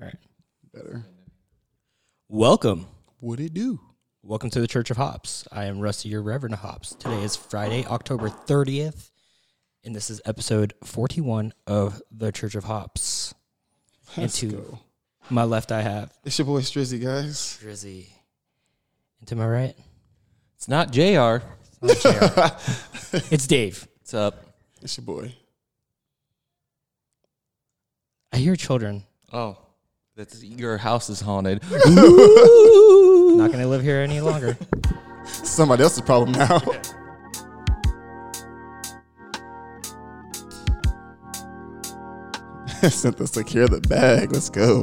right. Better. Welcome. What it do? Welcome to the Church of Hops. I am Rusty, your Reverend of Hops. Today is Friday, October 30th, and this is episode 41 of the Church of Hops. Let's to- go. My left, I have It's your boy Strizzy, guys. Drizzy. And to my right, It's not JR. it's Dave. What's up? It's your boy. I hear children. Oh, that's your house is haunted. Not going to live here any longer. Somebody else's problem now. Sent us secure the bag. Let's go.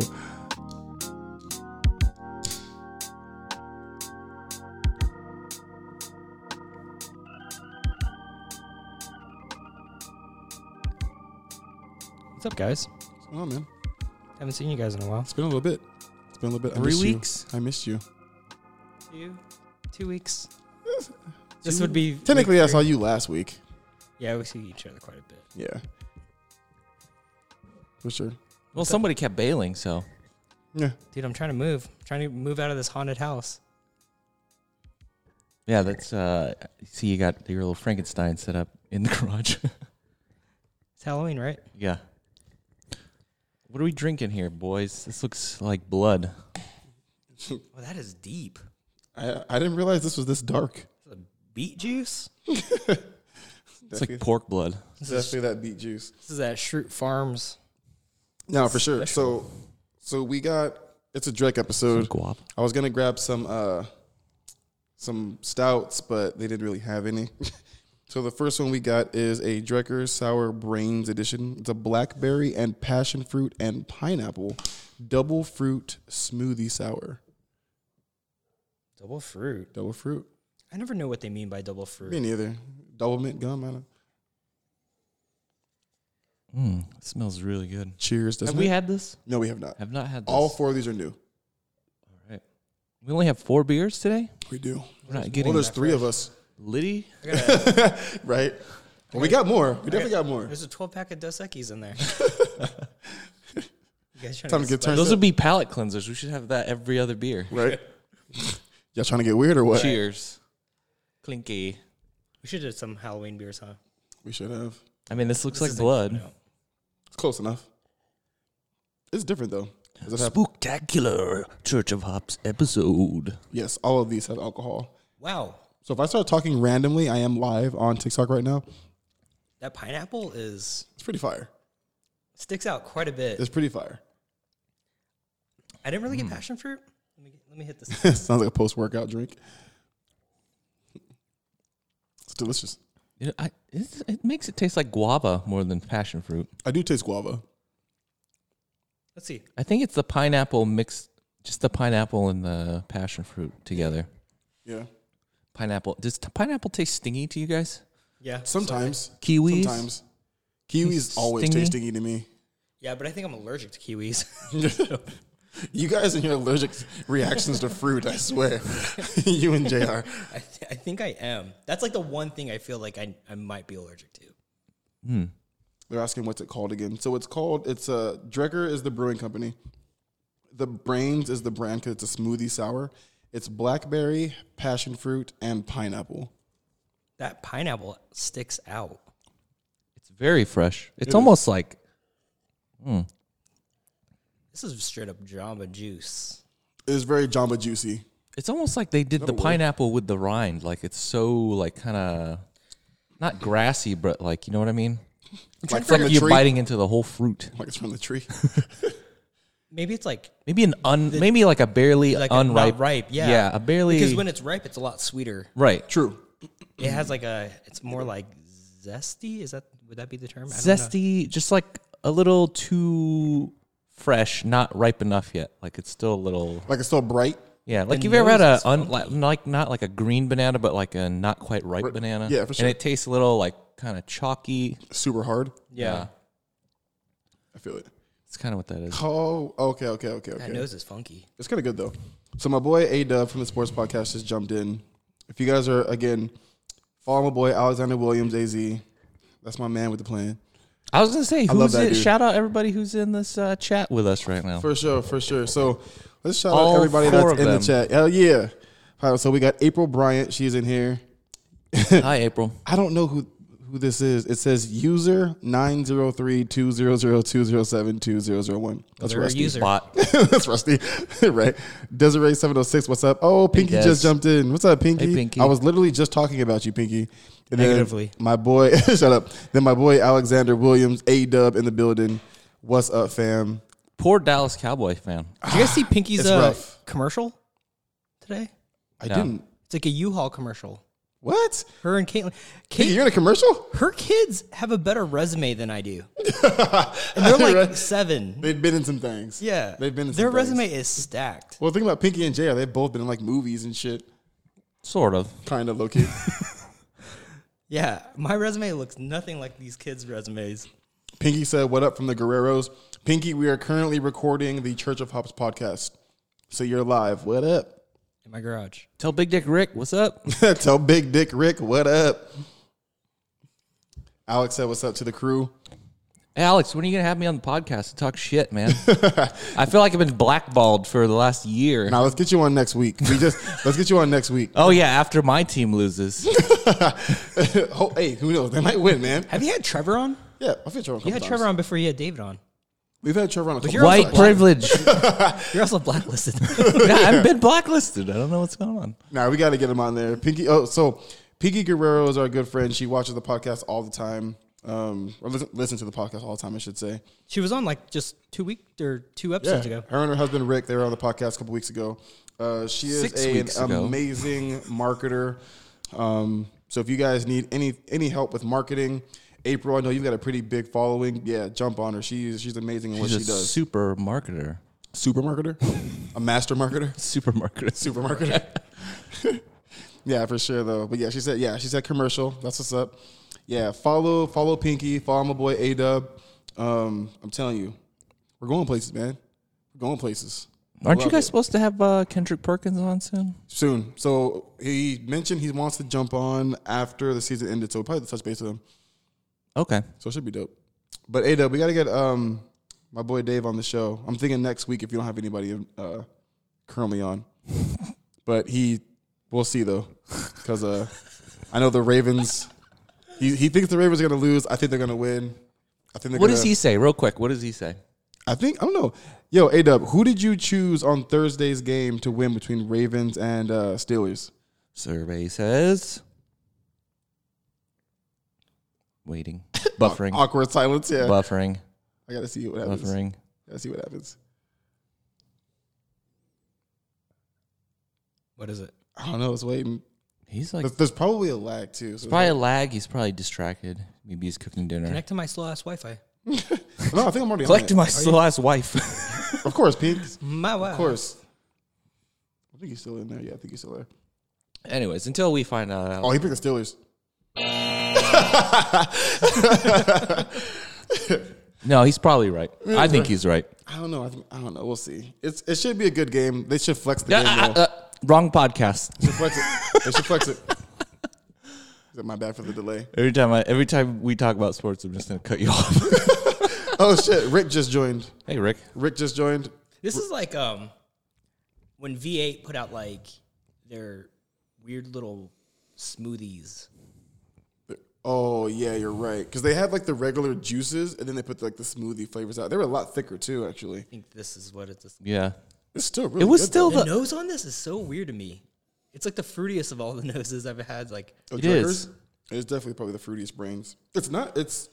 What's up, guys? What's going on, man? Haven't seen you guys in a while. It's been a little bit. It's been a little bit. I Three missed you. weeks? I missed you. Two, two weeks. This would be Technically, I week saw three. you last week. Yeah, we see each other quite a bit. Yeah. For sure. Well, somebody kept bailing, so Yeah. Dude, I'm trying to move. I'm trying to move out of this haunted house. yeah, that's uh see you got your little Frankenstein set up in the garage. It's Halloween, right? yeah. What are we drinking here, boys? This looks like blood. Well, Oh, that is deep. I I didn't realize this was this dark. Beet juice? It's like pork blood. This is, that beet juice. this is at Shroot Farms. No, for sure. So, so we got it's a Drake episode. Guap. I was gonna grab some uh, some stouts, but they didn't really have any. so the first one we got is a Drecker Sour Brains edition. It's a blackberry and passion fruit and pineapple double fruit smoothie sour. Double fruit. Double fruit. I never know what they mean by double Me fruit. neither. Double mint gum. I don't. Mm, it smells really good. Cheers. have Doesn't we it? had this? no, we have not. Have not had this. All four of these are new. All right. We only have four beers today. We do. We're not Well, getting there's three of us, Liddy. right? Well, we got more. We definitely got more. There's a 12 pack of Dos Equis in there. you guys trying Time to spicy? get turned Those up, would be palate cleansers. We should have that every other beer. right? Y'all trying to get weird or what? Cheers. Clinky. We should have some Halloween beers, huh? We should have. I mean, this looks This like is blood. It's close enough. It's different though. Does it have- Spooktacular Church of Hops episode. yes, all of these have alcohol. Wow. So if I start talking randomly, I am live on TikTok right now. That pineapple is It's pretty fire. sticks out quite a bit. It's pretty fire. I didn't really get passion fruit. Let me get, let me hit this. Sounds like a post workout drink. It's delicious. You know, I, it's, it makes it taste like guava more than passion fruit. I do taste guava. Let's see. I think it's the pineapple mixed, just the pineapple and the passion fruit together. Yeah. Pineapple. Does t- pineapple taste stingy to you guys? Yeah. Sometimes. Kiwis? Sometimes. Kiwis always Stingy? taste stingy to me. Yeah, but I think I'm allergic to kiwis. You guys and your allergic reactions to fruit, I swear. you and JR. I, th- I think I am. That's like the one thing I feel like I, I might be allergic to. They're asking what's it called again. So it's called it's a uh, Drecker is the brewing company. The Brains is the brand because it's a smoothie sour. It's blackberry, passion fruit, and pineapple. That pineapple sticks out. It's very fresh. It's almost like This is straight up Jamba juice. It's very Jamba Juicy. it's almost like they did the pineapple with the rind. Like it's so like kind of not grassy, but like you know what I mean. Like It's like from the you're tree. biting into the whole fruit. Like it's from the tree. Maybe it's like Maybe an un, maybe like a barely like a unripe, not ripe. Yeah, yeah, a barely because when it's ripe, it's a lot sweeter. right. True. It has like a. It's more like zesty. Is that would that be the term? I don't know. zesty, just like a little too fresh, not ripe enough yet. Like it's still a little, Like it's so bright. yeah. Like The you've ever had nose a is un, like, like not like a green banana, but like a not quite ripe banana. yeah, for sure. And it tastes a little like kind of chalky. Super hard. Yeah. I feel it. It's kind of what that is. Oh, okay, okay, okay, That okay. nose is funky. It's kind of good though. So my boy A Dub from the Sports Podcast just jumped in. If you guys are again, follow my boy Alexander Williams AZ. That's my man with the plan. I was gonna say, love who's that it? dude. Shout out everybody who's in this uh, chat with us right now. For sure, for sure. So let's shout All out everybody four that's of in them. the chat. Hell yeah. All right, so we got April Bryant. She's in here. Hi, April. I don't know who who this is. It says user 903-200-207-2001. That's They're a Rusty. user. Bot. that's Rusty. right. Desiree 706, what's up? Oh, Pinky Yes. just jumped in. What's up, Pinky? Pinky. I was literally just talking about you, Pinky. And then Negatively. my boy, shut up. Then my boy Alexander Williams, A Dub in the building. What's up, fam? Poor Dallas Cowboy fan. Did you guys see Pinky's It's uh, rough. commercial today? I No. didn't. It's like a U-Haul commercial. What? Her and Caitlin. Pinky, Kate, you're in a commercial? her kids have a better resume than I do. and they're like Right. seven. They've been in some things. Yeah. They've been in some Their things. resume is stacked. Well, think about Pinky and Jay. They've both been in like movies and shit, Sort of. kind of low key. Yeah. My resume looks nothing like these kids' resumes. Pinky said, "What up from the Guerreros?" Pinky, we are currently recording the Church of Hops podcast, so you're live. What up? In my garage. Tell Big Dick Rick, what's up? Tell Big Dick Rick, what up? Alex said, "What's up to the crew?" Hey, Alex, when are you gonna have me on the podcast to talk shit, man? I feel like I've been blackballed for the last year. Now let's get you on next week. We just let's get you on next week. Oh yeah, after my team loses. oh, hey, who knows? They might win, man. Have you had Trevor on? Yeah, I've had Trevor. On a You couple had times. Trevor on before you had David on. We've had Trevor on a couple you're also White times. black. privilege. You're also blacklisted. yeah, I've been blacklisted. I don't know what's going on. Nah, we got to get him on there. Pinky. Oh, so Pinky Guerrero is our good friend. She watches the podcast all the time. Um, or listen, listen to the podcast all the time, I should say. she was on like just two week or two Yeah, episodes ago. her and her husband Rick, they were on the podcast a couple weeks ago. Uh, she is Six a- weeks an ago. amazing marketer. Um, so if you guys need any any help with marketing, April, I know you've got a pretty big following. Yeah, jump on her. She's she's amazing in what She's she a does. super marketer. Super marketer, a master marketer. Super marketer. supermarket. yeah, for sure though. But yeah, she said yeah, she said commercial. That's what's up. Yeah, follow follow Pinky, follow my boy A Dub. Um, I'm telling you, we're going places, man. We're going places Aren't you Love guys it. supposed to have uh, Kendrick Perkins on soon? soon. So he mentioned he wants to jump on after the season ended. So we'll probably touch base with him. Okay. So it should be dope. But A Dub, we gotta get um my boy Dave on the show. I'm thinking next week if you don't have anybody uh currently on. But he we'll see though. Cause uh I know the Ravens he, he thinks the Ravens are gonna lose. I think they're gonna win. I think they're What gonna, does he say, real quick? What does he say? I think I don't know. Yo, A Dub, who did you choose on Thursday's game to win between Ravens and uh Steelers? Survey says. Waiting. Buffering. Awkward silence, oh, yeah. buffering. I gotta see what happens. Buffering. Gotta see what happens. What is it? I don't know, it's waiting. He's like There's, there's probably a lag too. So probably a lag. He's probably distracted. Maybe he's cooking dinner. Connect to my slow ass Wi Fi. no, I think I'm already on Collect it. to my slow ass wife. Of course, Pete. My wife. Of course. I think he's still in there. Yeah, I think he's still there. Anyways, until we find out. Oh, he picked the Steelers. No, he's probably right. I think he's right. I don't know. I, think, I don't know. We'll see. It's it should be a good game. They should flex the Uh, game. uh, though. uh, wrong podcast. They should flex it. They should flex it. Is it my bad for the delay? Every time I, every time we talk about sports, I'm just gonna cut you off. Oh shit! Rick just joined. hey, Rick. Rick just joined. This is like um when V8 put out like their weird little smoothies. Oh yeah, you're right. Because they had like the regular juices, and then they put like the smoothie flavors out. They were a lot thicker too, actually. I think this is what it's. Yeah, It's still really. it was good, still The the. nose on this is so weird to me. It's like the fruitiest of all the noses I've had. Like though. it Druckers, is. It's definitely probably the fruitiest brains. It's not. It's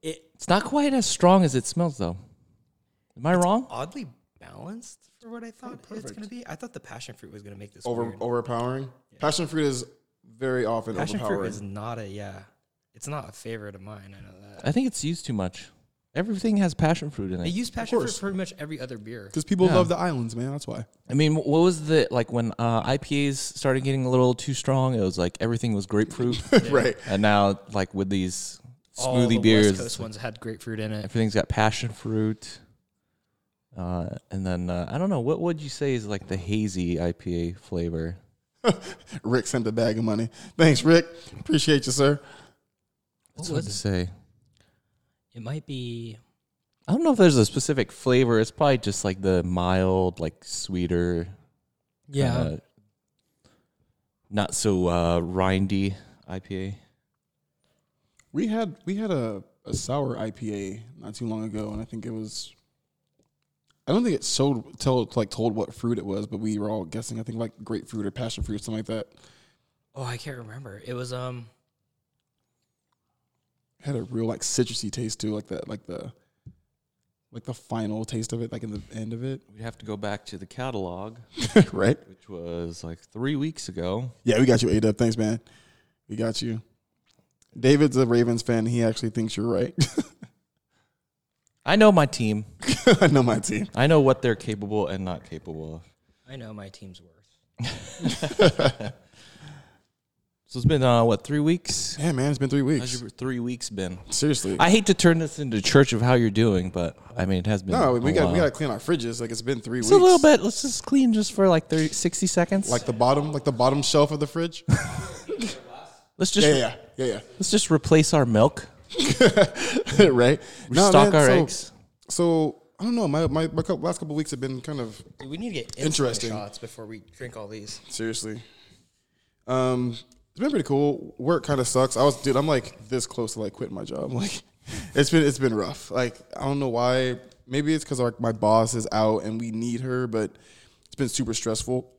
it It's not quite as strong as it smells, though. Am I wrong? oddly balanced for what I thought it's gonna be. I thought the passion fruit was gonna make this over weird. overpowering. Passion fruit is very often Passion fruit overpowering. is not a yeah. It's not a favorite of mine. I know that. I think it's used too much. Everything has passion fruit in They it. use passion fruit course. for pretty much every other beer. because people Yeah. love the islands, man. That's why. I mean, what was the like when uh, IPAs started getting a little too strong? It was like everything was grapefruit, right. and now like with these All the smoothie West Coast beers, ones had grapefruit in it. everything's got passion fruit. Uh, and then uh, I don't know what would you say is like the hazy IPA flavor. Rick sent a bag of money. Thanks, Rick. Appreciate you, sir. It's hard to say. It might be I don't know if there's a specific flavor. It's probably just like the mild, like sweeter, yeah. kinda not so uh, rindy IPA. We had we had a, a sour IPA not too long ago, and I think it was. I don't think it sold told like told what fruit it was, but we were all guessing. I think like grapefruit or passion fruit, something like that. oh, I can't remember. It was um had a real like citrusy taste too, like that, like the like the final taste of it, like in the end of it, We'd have to go back to the catalog, right? which was like three weeks ago. Yeah, we got you, Adub. Thanks, man. We got you. David's a Ravens fan. He actually thinks you're right. I know my team. I know my team. I know what they're capable and not capable of. I know my team's worth. So it's been uh, what three weeks? Yeah, man, it's been three How's weeks. your three weeks been? Seriously, I hate to turn this into church of how you're doing, but I mean it has been. no, we a got while. we got to clean our fridges. Like it's been three Just weeks. Oh, a little bit. Let's just clean just for like 30, 60 seconds. Like the bottom, like the bottom shelf of the fridge. yeah, let's just yeah, yeah, yeah. let's just replace our milk. yeah. right. No, stock man, our so, eggs. So I don't know. My my, my couple, last couple weeks have been kind of Dude, we need to get Interesting. interesting shots before we drink all these. Seriously. Um, it's been pretty cool. Work kind of sucks. I was, dude. I'm like this close to like quitting my job. Like, it's been it's been rough. Like, I don't know why. Maybe it's because like my boss is out and we need her, but it's been super stressful.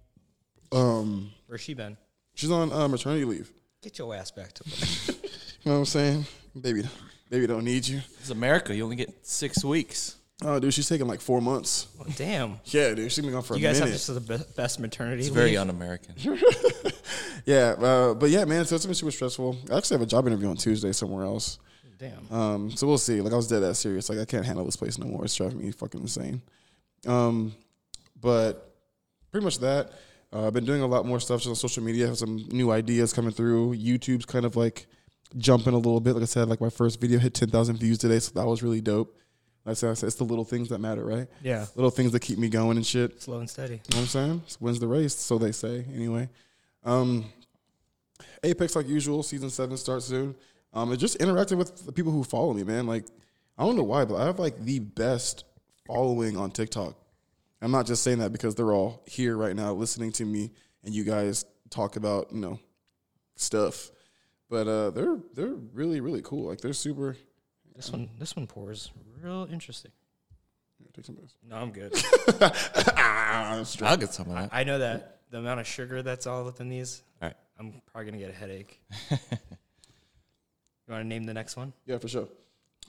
Um, Where's she been? she's on uh, maternity leave. Get your ass back to work. You know what I'm saying? Baby, baby don't need you. It's America. You only get six weeks. Oh, dude, she's taking like four months. Well, Oh, damn. Yeah, dude, she's been gone for You a guys have minute. this is the be- best maternity It's leave. very un-American. yeah, uh, but yeah, man. So it's been super stressful. I actually have a job interview on Tuesday somewhere else. Damn. Um, so we'll see. Like I was dead ass serious. Like I can't handle this place no more. It's driving me fucking insane. Um, but pretty much that. Uh, I've been doing a lot more stuff just on social media. Have some new ideas coming through. YouTube's kind of like jumping a little bit. Like I said, like my first video hit ten thousand views today, so that was really dope. Like I said, I said, it's the little things that matter, right? Yeah. Little things that keep me going and shit. Slow and steady. You know what I'm saying? It's wins the race, so they say. Anyway, um, Apex like usual, season seven starts soon. Um, and just interacting with the people who follow me, man. Like, I don't know why, but I have like the best following on TikTok. I'm not just saying that because they're all here right now listening to me and you guys talk about you know stuff, but uh, they're they're really really cool. Like they're super. This one, this one pours real interesting. Take some of this. No, I'm good. Ah, I'm straight. I'll get some of that. I know that the amount of sugar that's all within these. All right. I'm probably gonna get a headache. you want to name the next one? Yeah, for sure.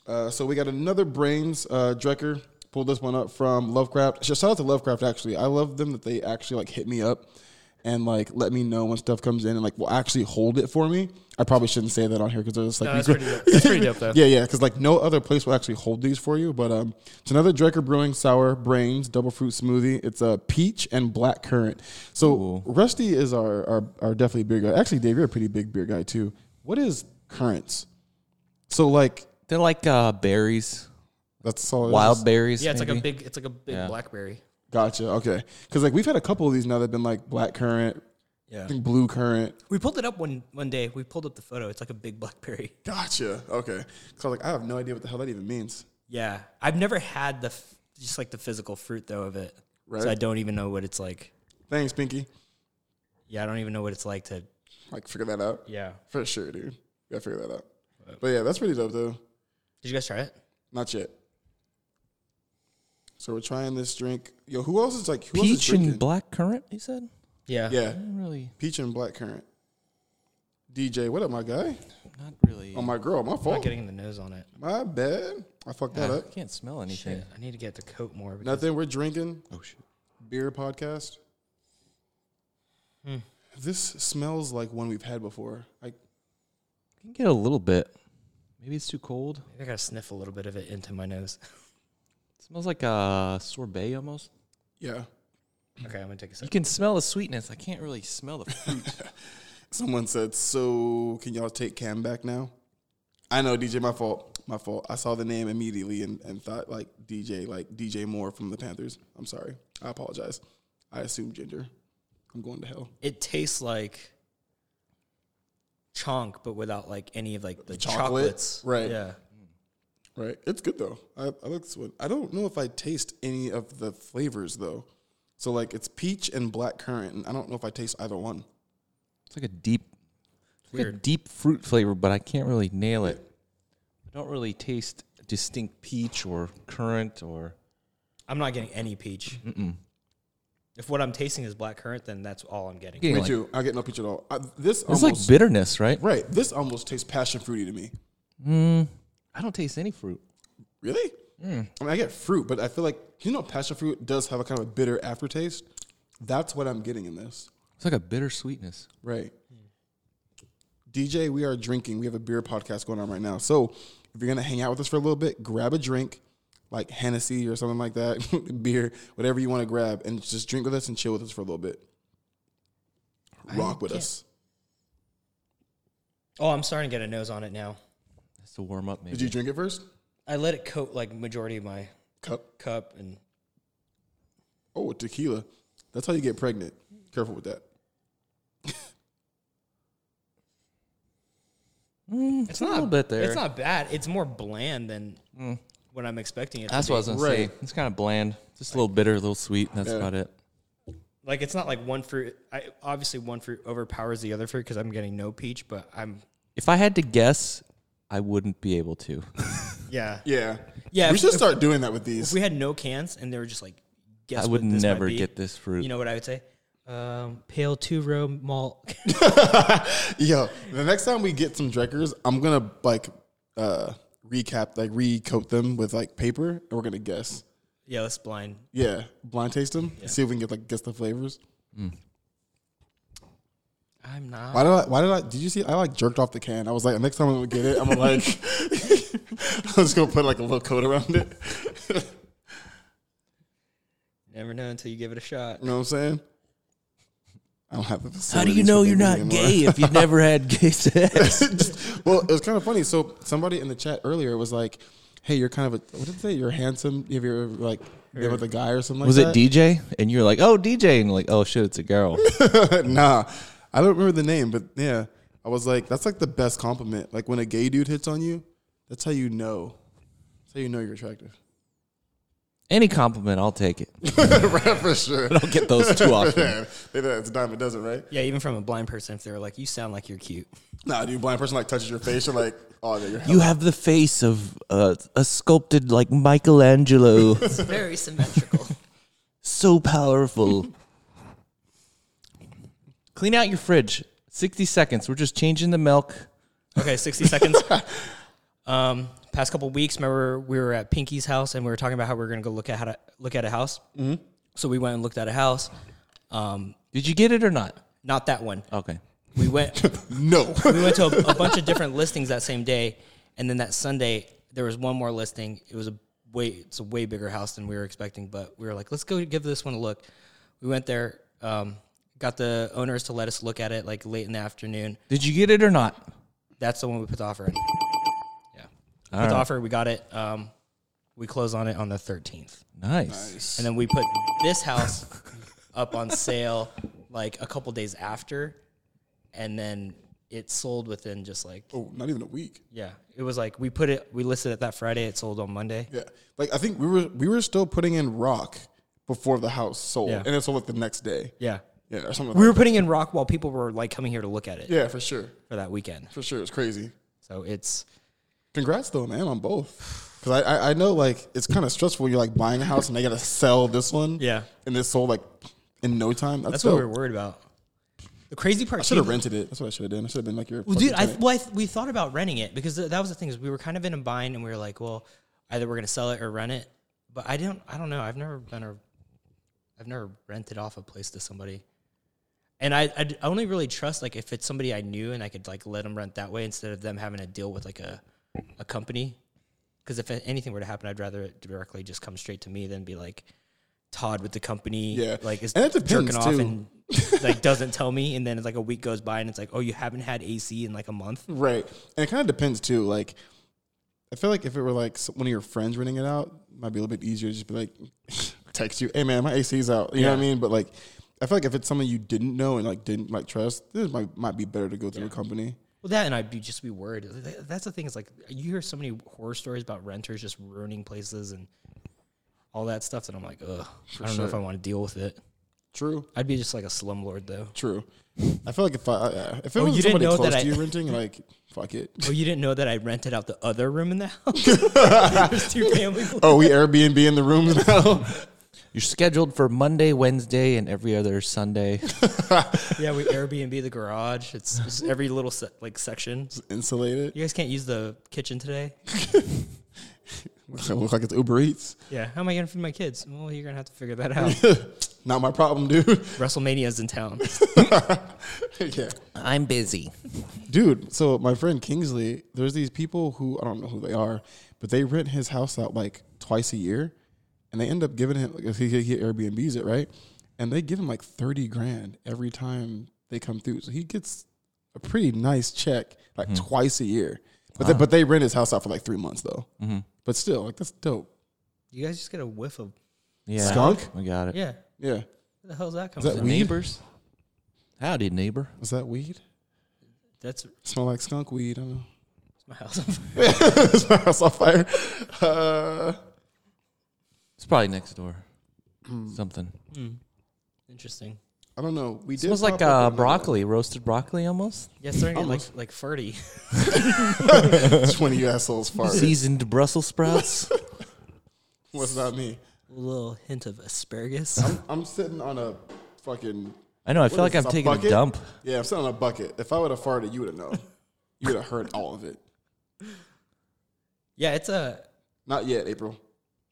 Uh, so we got another Brains. Uh, Drecker pulled this one up from Lovecraft. Shout out to Lovecraft, actually. I love them that they actually like hit me up and like let me know when stuff comes in and like will actually hold it for me. I probably shouldn't say that on here because there's like No, that's pretty. Dope. That's pretty dope, though. yeah, yeah, because like no other place will actually hold these for you. But um, it's another Drecker Brewing Sour Brains Double Fruit Smoothie. It's a peach and black currant. So Rusty is our, our our definitely beer guy. Actually, Dave, you're a pretty big beer guy too. What is currants? So like They're like uh, berries, that's all. it wild is. berries. Yeah, it's like a maybe. big. It's like a big blackberry. Gotcha. Okay, because like we've had a couple of these now. They've been like black currant, Yeah. I think blue currant. We pulled it up one one day. We pulled up the photo. It's like a big blackberry. Gotcha. Okay. So like I have no idea what the hell that even means. Yeah, I've never had the f- just like the physical fruit though of it. Right. So I don't even know what it's like. Thanks, Pinky. Yeah, I don't even know what it's like to. Like figure that out Yeah. for sure, dude. Gotta figure that out. But yeah, that's pretty dope though. Did you guys try it? Not yet. So we're trying this drink. Yo, who else is like who else is peach drinking? and black currant. You said. Yeah. yeah, Really, peach and black currant. DJ, what up, my guy? not really. Oh, my girl, my I'm not fault. getting the nose on it. My bad. I fucked that I up. can't smell anything. Shit, I need to get the coat more. Because Nothing. We're drinking Oh shit! beer podcast. This smells like one we've had before. Like You can get a little bit. Maybe it's too cold. I gotta sniff a little bit of it into my nose. It smells like a sorbet almost. yeah, okay, I'm gonna take a You sip. can smell the sweetness. I can't really smell the fruit. someone said. So can y'all take Cam back now? I know DJ. My fault. My fault. I saw the name immediately and, and thought like DJ, like DJ Moore from the Panthers. I'm sorry. I apologize. I assume gender. I'm going to hell. It tastes like chonk, but without like any of like the chocolate? chocolates. Right. Yeah. Right. It's good though. I, I like this one. I don't know if I taste any of the flavors though. So like it's peach and black currant, and I don't know if I taste either one. It's like a deep, it's like a Weird. deep fruit flavor, but I can't really nail it. I don't really taste distinct peach or currant or. I'm not getting any peach. If what I'm tasting is black currant, then that's all I'm getting. Getting Me like- too. I get no peach at all. I, this It's almost like bitterness, right? right. This almost tastes passion fruity to me. Mm. I don't taste any fruit. Really? Hmm. I mean, I get fruit, but I feel like you know, passion fruit does have a kind of a bitter aftertaste. That's what I'm getting in this. It's like a bitter sweetness. Right. DJ, we are drinking. We have a beer podcast going on right now. So if you're gonna hang out with us for a little bit, grab a drink, like Hennessy or something like that, beer, whatever you want to grab, and just drink with us and chill with us for a little bit. Rock with us. Oh, I'm starting to get a nose on it now. That's the warm up, maybe. Did you drink it first? I let it coat like majority of my Cup. cup, and Oh, tequila. That's how you get pregnant. Careful with that. Mm, it's a not little bit there. Mm. It's not bad. It's more bland than what I'm expecting it. That's to be. what I was gonna Right. say. It's kind of bland, just a little bitter, a little sweet. That's Yeah. about it. like it's not like one fruit. I obviously one fruit overpowers the other fruit because I'm getting no peach, but I'm If I had to guess, I wouldn't be able to. yeah. Yeah. Yeah, We if- should if- start doing that with these. If we had no cans and they were just like, guess I would what this might never be, get this fruit. You know what I would say? Um, pale two row malt. Yo, the next time we get some Drekkers, I'm gonna like uh recap, like recoat them with like paper, and we're gonna guess. yeah, that's blind. Yeah, blind taste them, see if we can get like guess the flavors. I'm not. Why did I? Why did I? Did you see? I like jerked off the can. I was like, next time I'm gonna get it, I'm gonna like, I'm just gonna put like a little coat around it. Never know until you give it a shot. You know what I'm saying? I don't have the. How do you facilities know for you're babies not anymore. gay if you've never had gay sex? Just- well, it was kind of funny. So somebody in the chat earlier was like, "Hey, you're kind of a what did it say? You're handsome. If you're like been with a guy or something." Was like it that. DJ? And you're like, oh, DJ. And you're like, oh, shit, it's a girl. nah, I don't remember the name, but yeah, I was like, that's like the best compliment. Like when a gay dude hits on you, that's how you know. That's how you know you're attractive. Any compliment, I'll take it. right, for sure. I'll get those too often. Yeah, they know it's a dime a dozen, right? Yeah, even from a blind person, if they were like, "You sound like you're cute," Nah, dude, blind person like touches your face, you're like, oh, yeah, you're You have the face of uh, a sculpted like Michelangelo, it's very symmetrical. so powerful. Clean out your fridge. 60 seconds. We're just changing the milk. Okay, 60 seconds. Um, past couple weeks, remember we were at Pinky's house and we were talking about how we were going to go look at how to look at a house. Mm-hmm. So we went and looked at a house. Um, Did you get it or not? not that one. Okay. We went no. we went to a, a bunch of different listings that same day, and then that Sunday there was one more listing. It was a way it's a way bigger house than we were expecting, but we were like, let's go give this one a look. We went there, um, got the owners to let us look at it like late in the afternoon. Did you get it or not? That's the one we put the offer in. Yeah, put the offer. We got it. Um, we closed on it on the thirteenth. Nice. And then we put this house up on sale like a couple days after. And then it sold within just like, Oh, not even a week. yeah, it was like we put it, we listed it that Friday. It sold on Monday. Yeah, like I think we were we were still putting in rock before the house sold, Yeah. and it sold like the next day. Yeah. Yeah, or something. We like were putting in rock while people were like coming here to look at it that. Yeah, for sure, for that weekend. for sure, it's crazy. So it's, Congrats though, man, on both. Because I, I I know like it's kind of stressful. when You're like buying a house and they gotta sell this one. Yeah. and this sold like in no time. That's, that's dope. what we were worried about. The crazy part, Should have too- rented it. That's what I should have done. I should have been like your. Well, dude, I, fucking tenant. well, I, we thought about renting it because th- that was the thing is we were kind of in a bind and we were like, well, either we're gonna sell it or rent it. But I don't, I don't know. I've never been a, I've never rented off a place to somebody, and I, I d- I only really trust like if it's somebody I knew and I could like let them rent that way instead of them having to deal with like a, a company. Because if anything were to happen, I'd rather it directly just come straight to me than be like Todd with the company, Yeah. like is And it depends, jerking off too. and like doesn't tell me, and then it's like a week goes by and it's like, oh, you haven't had AC in like a month. right, and it kind of depends too. Like, I feel like if it were like s- one of your friends renting it out, it might be a little bit easier. to Just be like, text you, hey man, my AC's out. You know what I mean? But like, I feel like if it's someone you didn't know and like didn't like trust, this might might be better to go through a company. Well, that and I'd be just be worried. Th- That's the thing is like you hear so many horror stories about renters just ruining places and all that stuff that I'm like, ugh, I don't know if sure. I want to deal with it. True. I'd be just like a slumlord though. True. I feel like if I uh, if it Oh, was you didn't somebody know close that to I- you renting, like fuck it. Oh, you didn't know that I rented out the other room in the house. There's two family. Oh, we Airbnb in the rooms now. You're scheduled for Monday, Wednesday, and every other Sunday. yeah, we Airbnb the garage. It's just every little se- like section. Insulated. You guys can't use the kitchen today. Look like it's Uber Eats. Yeah, how am I gonna feed my kids? Well, you're gonna have to figure that out. Not my problem, dude. WrestleMania's in town. yeah. I'm busy. Dude, so my friend Kingsley, there's these people who I don't know who they are, but they rent his house out like twice a year, and they end up giving him like, he, he Airbnbs it right, and they give him like thirty grand every time they come through, so he gets a pretty nice check like twice a year. But they, but they rent his house out for like three months though. Mm-hmm. But still, like that's dope. You guys just get a whiff of Yeah. Skunk? We got it. yeah. Yeah, Where the hell's that is coming that from? weed? Neighbors? Howdy, neighbor. Is that weed? That's Smell like skunk weed. I don't know. my house. Is my house on fire? Uh, It's probably next door. Hmm. Something. Hmm. Interesting. I don't know. We did Smells pop like up uh, another- broccoli, roasted broccoli almost. Yeah, it's starting to get like Almost. like farty. It's when you assholes farted. Seasoned Brussels sprouts. What's not me? A little hint of asparagus. I'm, I'm sitting on a fucking I know. I What feel like is I'm this, a taking a bucket? dump. yeah. I'm sitting on a bucket. If I would have farted, you would have known. You would have heard all of it. yeah, it's a. Not yet, April.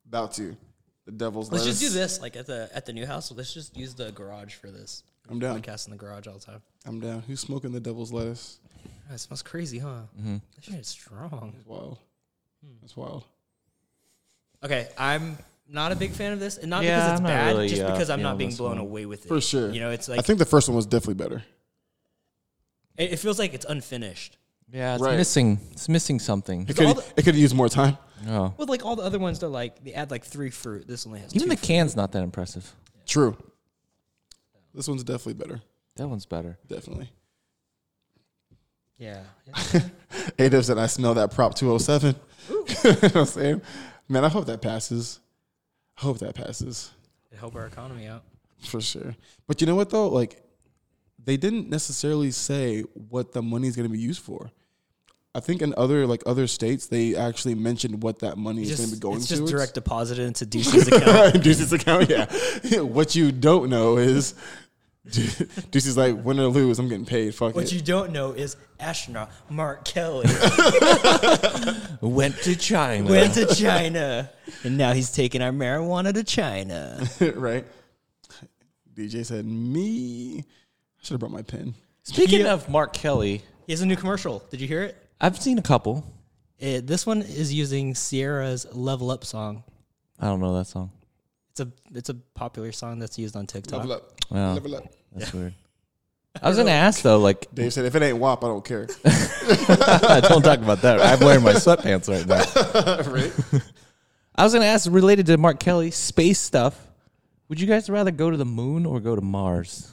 About to. The devil's. Let's just do lettuce. this. Like at the at the new house, let's just use the garage for this. I'm down. Podcast in the garage all the time. I'm down. Who's smoking the devil's lettuce? Oh, it smells crazy, huh? Mm-hmm. That shit is strong. That's wild. Hmm. That's wild. Okay, I'm not a big fan of this, and not Yeah, because it's I'm not bad, really, just uh, because I'm feeling not being this blown one. away with it. For sure. You know, it's I like think the first one was definitely better. it, it feels like it's unfinished. Yeah, it's Right. missing. It's missing something. It So all could it could use more time. Oh. Well, like all the other ones, they're like they add like three fruit. This only has Even two. the can's not that impressive. True. This one's definitely better. That one's better. Definitely. yeah, Ada said, I smell that Prop 207. you know what I'm saying? Man, I hope that passes. I hope that passes it help our economy out. for sure. But you know what, though? Like, they didn't necessarily say what the money's going to be used for. I think in other like other states, they actually mentioned what that money is going to be going it's to. just direct deposited into Deuce's account. Deuce's account, yeah. what you don't know is Deuce's like win or lose, I'm getting paid. Fuck What it. you don't know is astronaut Mark Kelly Went to China. went to China, and now he's taking our marijuana to China. right? DJ said, "Me, I should have brought my pen." Speaking of Mark Kelly, He has a new commercial. Did you hear it? I've seen a couple. Uh, this one is using Sierra's "Level Up" song. I don't know that song. It's a it's a popular song that's used on TikTok. Level up. Wow. Level up. That's weird. I was gonna ask though, like, Dave said, if it ain't WAP, I don't care. don't talk about that. I'm wearing my sweatpants right now. I was gonna ask related to Mark Kelly space stuff. Would you guys rather go to the moon or go to Mars?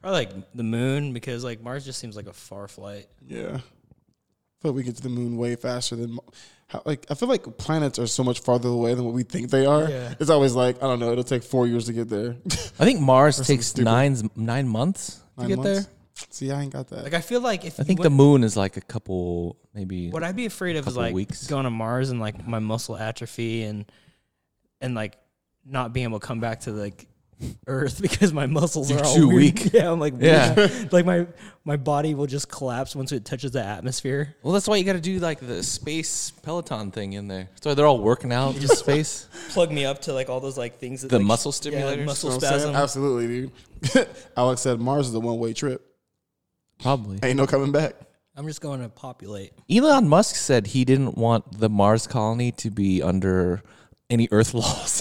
Probably like the moon because like Mars just seems like a far flight. yeah. But we get to the moon way faster than, mo- how, like, I feel like planets are so much farther away than what we think they are. Yeah. It's always like, I don't know, it'll take four years to get there. I think Mars takes stupid- nine nine months to Nine get months? there. See, I ain't got that. Like I feel like if I think you the went- moon is like a couple, maybe. what I'd be afraid of is couple like weeks. going to Mars and like my muscle atrophy and and like not being able to come back to like Earth because my muscles You're are all too weird. weak. Yeah, I'm like Yeah. weak. like my my body will just collapse once it touches the atmosphere. Well, that's why you got to do like the space Peloton thing in there. So they're all working out in space. Plug me up to like all those like things that The like, muscle yeah, stimulators? muscle You know what I'm saying? spasm. Absolutely, dude. Alex said, Mars is a one way trip. Probably. Ain't no coming back. I'm just going to populate. Elon Musk said he didn't want the Mars colony to be under any Earth laws.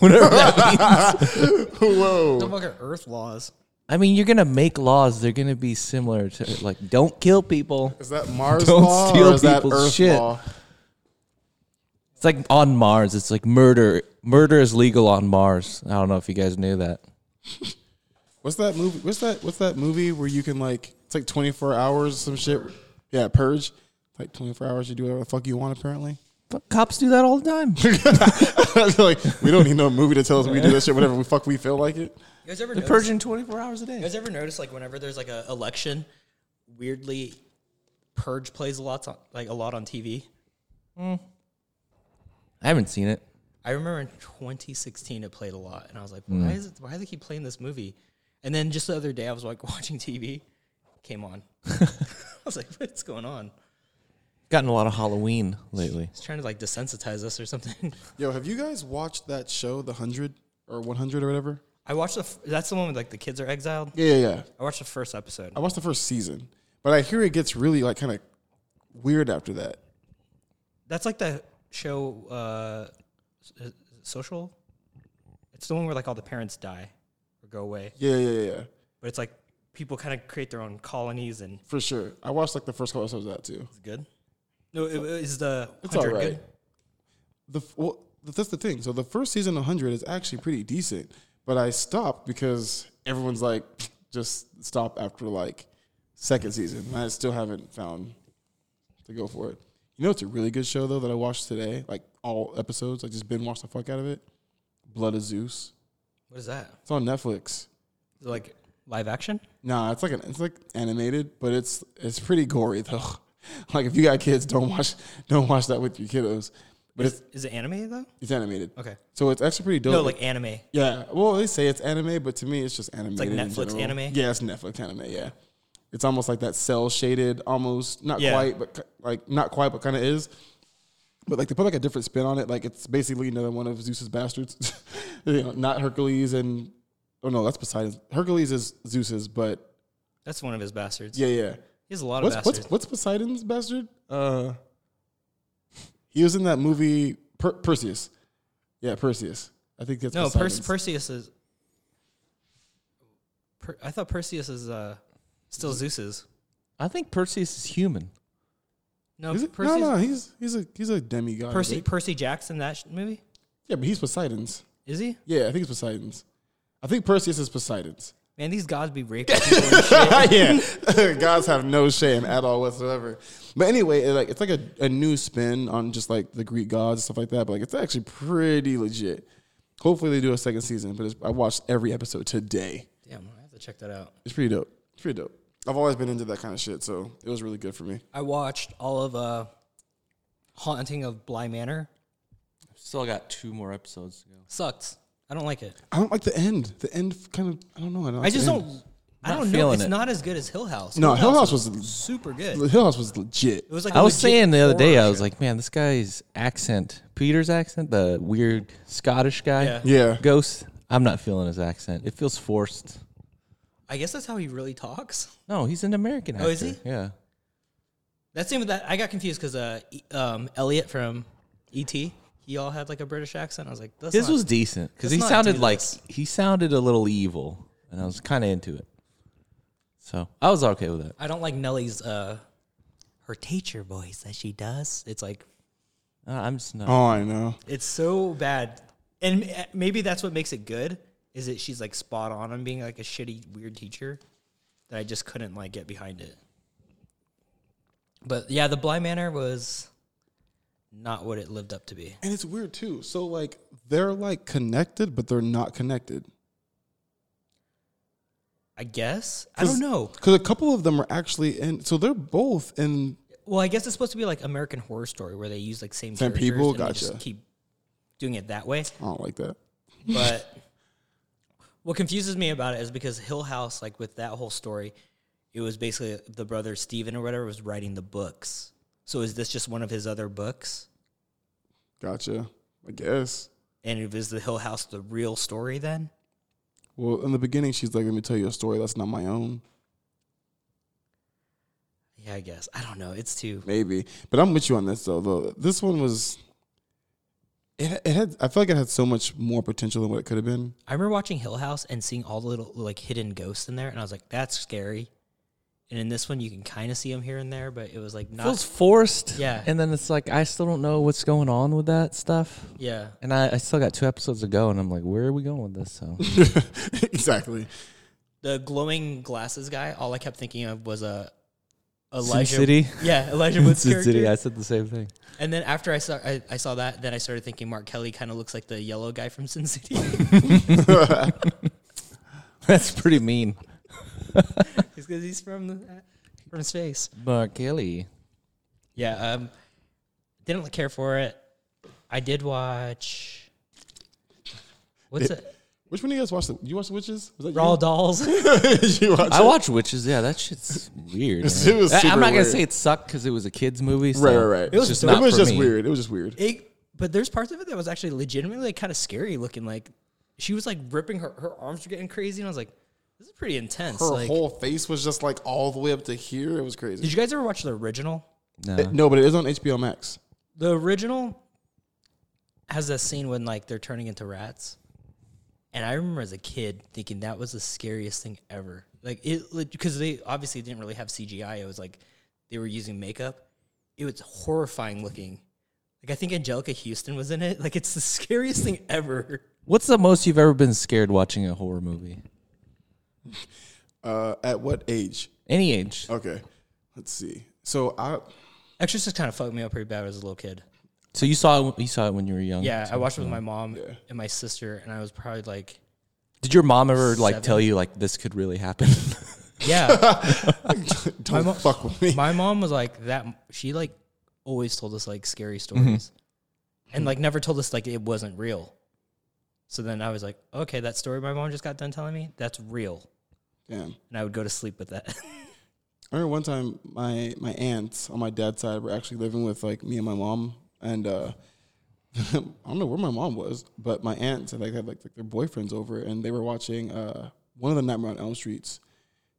Whatever that means. The fucking Earth laws. I mean, you're gonna make laws. They're gonna be similar to like, don't kill people. Is that Mars Don't law steal or is that people's Earth shit. law? It's like on Mars. It's like murder. Murder is legal on Mars. I don't know if you guys knew that. What's that movie? What's that? What's that movie where you can like it's like twenty four hours or some shit? Yeah, Purge. Like twenty four hours, you do whatever the fuck you want. Apparently, Fuck, Cops do that all the time. like we don't need no movie to tell us we do this shit whatever we fuck we feel like it. You guys ever notice, Purging 24 hours a you day. guys ever notice like whenever there's like a election, weirdly, Purge plays a lot on like a lot on TV. I haven't seen it. I remember in 2016 it played a lot, and I was like, why is it? Why do they keep playing this movie? And then just the other day I was like watching TV, came on. I was like, what's going on? Gotten a lot of Halloween lately. It's trying to like desensitize us or something. Yo, have you guys watched that show, The Hundred or One Hundred or whatever? I watched the. F- that's the one with like the kids are exiled. Yeah, yeah, yeah. I watched the first episode. I watched the first season, but I hear it gets really like kind of weird after that. That's like the show, uh, s- is it social. It's the one where like all the parents die or go away, Yeah, yeah, yeah, yeah. but it's like people kind of create their own colonies and For sure. I watched like the first couple episodes of that too. it's good. No, it, it's the It's all 100 right. good? The f- well, th- that's the thing. So the first season, 100, is actually pretty decent, but I stopped because everyone's like, just stop after like second season. And I still haven't found to go for it. You know, it's a really good show though that I watched today. Like all episodes, I just been watched the fuck out of it. Blood of Zeus. What is that? It's on Netflix. Is it like live action? Nah, it's like an, it's like animated, but it's it's pretty gory though. like if you got kids, don't watch don't watch that with your kiddos. But it's Is it anime though? it's animated. Okay. So it's actually pretty dope. No, like anime. yeah. Well, they say it's anime, but to me, it's just animated. in Netflix general. anime? Yeah, it's Netflix anime. Yeah, it's almost like that cell shaded, almost not Yeah. quite, but ki- like not quite, but kind of is. But like they put like a different spin on it. Like it's basically another one of Zeus's bastards. you know, not Hercules and oh no, that's Poseidon. Hercules is Zeus's, but That's one of his bastards. yeah, yeah. He has a lot What's, of bastards. what's what's Poseidon's bastard? Uh, he was in that movie per- Perseus. Yeah, Perseus. I think that's no, Poseidon's. Perse Perseus is. Per- I thought Perseus is uh, still Zeus's. I think Perseus is human. No, Is it? Perseus. no, no, he's he's a he's a demigod. Percy right? Percy Jackson that sh- movie Yeah, but he's Poseidon's. is he? Yeah, I think it's Poseidon's. I think Perseus is Poseidon's. Man, these gods be raping people and shit. yeah, gods have no shame at all whatsoever. But anyway, it, like it's like a, a new spin on just like the Greek gods and stuff like that. But like it's actually pretty legit. Hopefully they do a second season. But it's, I watched every episode today. Damn, I have to check that out. It's pretty dope. It's pretty dope. I've always been into that kind of shit, so it was really good for me. I watched all of uh, Haunting of Bly Manor. Still got two more episodes to go. Sucks. I don't like it. I don't like the end. The end f- kind of. I don't know. I, don't like I the just end. don't. I Not don't know. feeling It's it. not as good as Hill House. No, Hill House was super good. It Hill House was legit. was like I a was legit saying the other day, horror I was show. like, man, this guy's accent, Peter's accent, the weird Scottish guy, Yeah. Yeah. Ghost. I'm not feeling his accent. It feels forced. I guess that's how he really talks. No, he's an American actor. Oh, is he? Yeah. That's the same with that. I got confused because uh, E- um, Elliot from ET, he all had like a British accent. I was like, that's His not- was decent because let's he not sounded do like this. he sounded a little evil, and I was kind of into it. So I was okay with that. I don't like Nellie's uh, her teacher voice that she does. It's like Uh, I'm just not. Oh, I know. It's so bad, and m- maybe that's what makes it good. Is that she's like spot on on being like a shitty weird teacher that I just couldn't like get behind it. But yeah, the Bly Manor was not what it lived up to be. And it's weird too. So like they're like connected, but they're not connected. I guess I don't know. Because a couple of them are actually in. So they're both in. Well, I guess it's supposed to be like American Horror Story where they use like same Same characters people? and they Gotcha. just keep doing it that way. I don't like that. But what confuses me about it is because Hill House, like with that whole story, it was basically the brother Steven or whatever was writing the books. So is this just one of his other books? Gotcha. I guess. And if is the Hill House the real story then? Well, in the beginning, she's like, "Let me tell you a story that's not my own." Yeah, I guess. I don't know. It's too Maybe, but I'm with you on this though. Though this one was, it, it had. I feel like it had so much more potential than what it could have been. I remember watching Hill House and seeing all the little like hidden ghosts in there and I was like, that's scary. And in this one you can kind of see them here and there, but it was like not feels forced. Yeah. And then it's like I still don't know what's going on with that stuff. Yeah. And I, I still got two episodes to go, and I'm like, where are we going with this? So exactly. the glowing glasses guy. All I kept thinking of was a Sin Elijah. City. Yeah, Elijah Wood's Sin City. character. I said the same thing. And then after I saw I, I saw that, then I started thinking Mark Kelly kind of looks like the yellow guy from Sin City. That's pretty mean. because he's from the- from space. Mark Kelly. Yeah, um, didn't care for it. I did watch. What's it? Which one of you guys watched? The, you watched The Witches? Was that Raw Dolls. you? you watched I it? watch witches. Yeah, that shit's weird. It man. was I- super I'm not weird. gonna say it sucked because it was a kids movie. so Right, right, right. It was just it not. was for just me. weird. It was just weird. It, but there's parts of it that was actually legitimately kind of scary looking. Like she was like ripping her her arms were getting crazy, and I was like, this is pretty intense. Her like, whole face was just like all the way up to here. It was crazy. did you guys ever watch the original? No. Uh-huh. It- no, but it is on HBO Max. The original has that scene when like they're turning into rats. And I remember as a kid thinking that was the scariest thing ever. Like it because they obviously didn't really have CGI. It was like they were using makeup. It was horrifying looking. Like I think Angelica Houston was in it. Like it's the scariest thing ever. What's the most you've ever been scared watching a horror movie? Uh, at what age? Any age. Okay, let's see. So I Exorcist kind of fucked me up pretty bad as a little kid. So you saw it, you saw it when you were young. Yeah, I watched it with my mom Yeah. and my sister, and I was probably like, Did your mom ever like Seven. tell you like this could really happen? yeah. don't mo- fuck with me. My mom was like that. She like always told us like scary Mm-hmm. stories, and like never told us like it wasn't real. So then I was like, okay, that story my mom just got done telling me that's real, Damn. and I would go to sleep with that. I remember one time my my aunts on my dad's side were actually living with like me and my mom, and uh, I don't know where my mom was, but my aunts had like had like, their boyfriends over, and they were watching uh, one of the Nightmare on Elm Streets.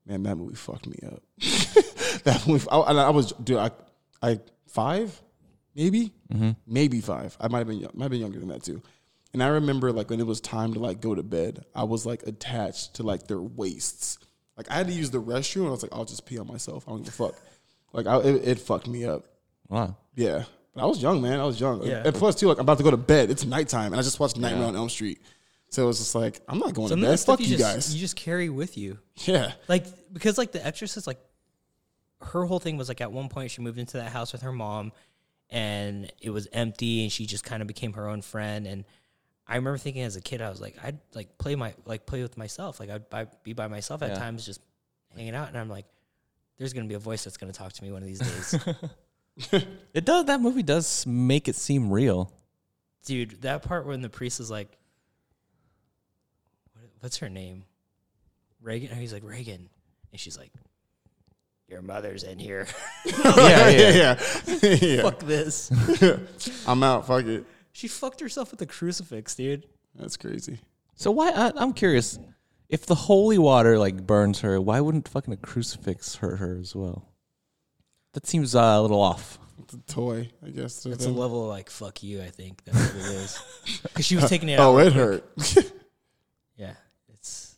Man, that movie fucked me up. that movie, I, and I was dude, I I five, maybe, Mm-hmm. maybe five. I might have been young- might have been younger than that too. And I remember like when it was time to like go to bed, I was like attached to like their waists. Like I had to use the restroom, and I was like, I'll just pee on myself. I don't give a fuck. Like I, it, it fucked me up. wow. Yeah. But I was young, man. I was young. Yeah. And plus, too, like, I'm about to go to bed. It's nighttime, and I just watched Nightmare on Elm Street. So it was just like, I'm not going Some to of that bed. stuff Fuck you, just, guys. You just carry with you, yeah. like because like the Exorcist, like her whole thing was like at one point she moved into that house with her mom, and it was empty, and she just kind of became her own friend and. I remember thinking as a kid, I was like, I'd like play my like play with myself. Like I'd, I'd be by myself at Yeah. times, just hanging out. And I'm like, there's gonna be a voice that's gonna talk to me one of these days, It does. That movie does make it seem real. dude. That part when the priest is like, what, what's her name? Reagan. And he's like Reagan, and she's like, your mother's in here. yeah, yeah, yeah. yeah. Fuck this. I'm out. Fuck it. She fucked herself with the crucifix, dude. That's crazy. So why? I, I'm curious. If the holy water like burns her, why wouldn't fucking a crucifix hurt her as well? That seems uh, a little off. It's a toy, I guess. It's a level of like fuck you. I think that's what it is. Because she was taking it out. oh, it hurt. Yeah, it's.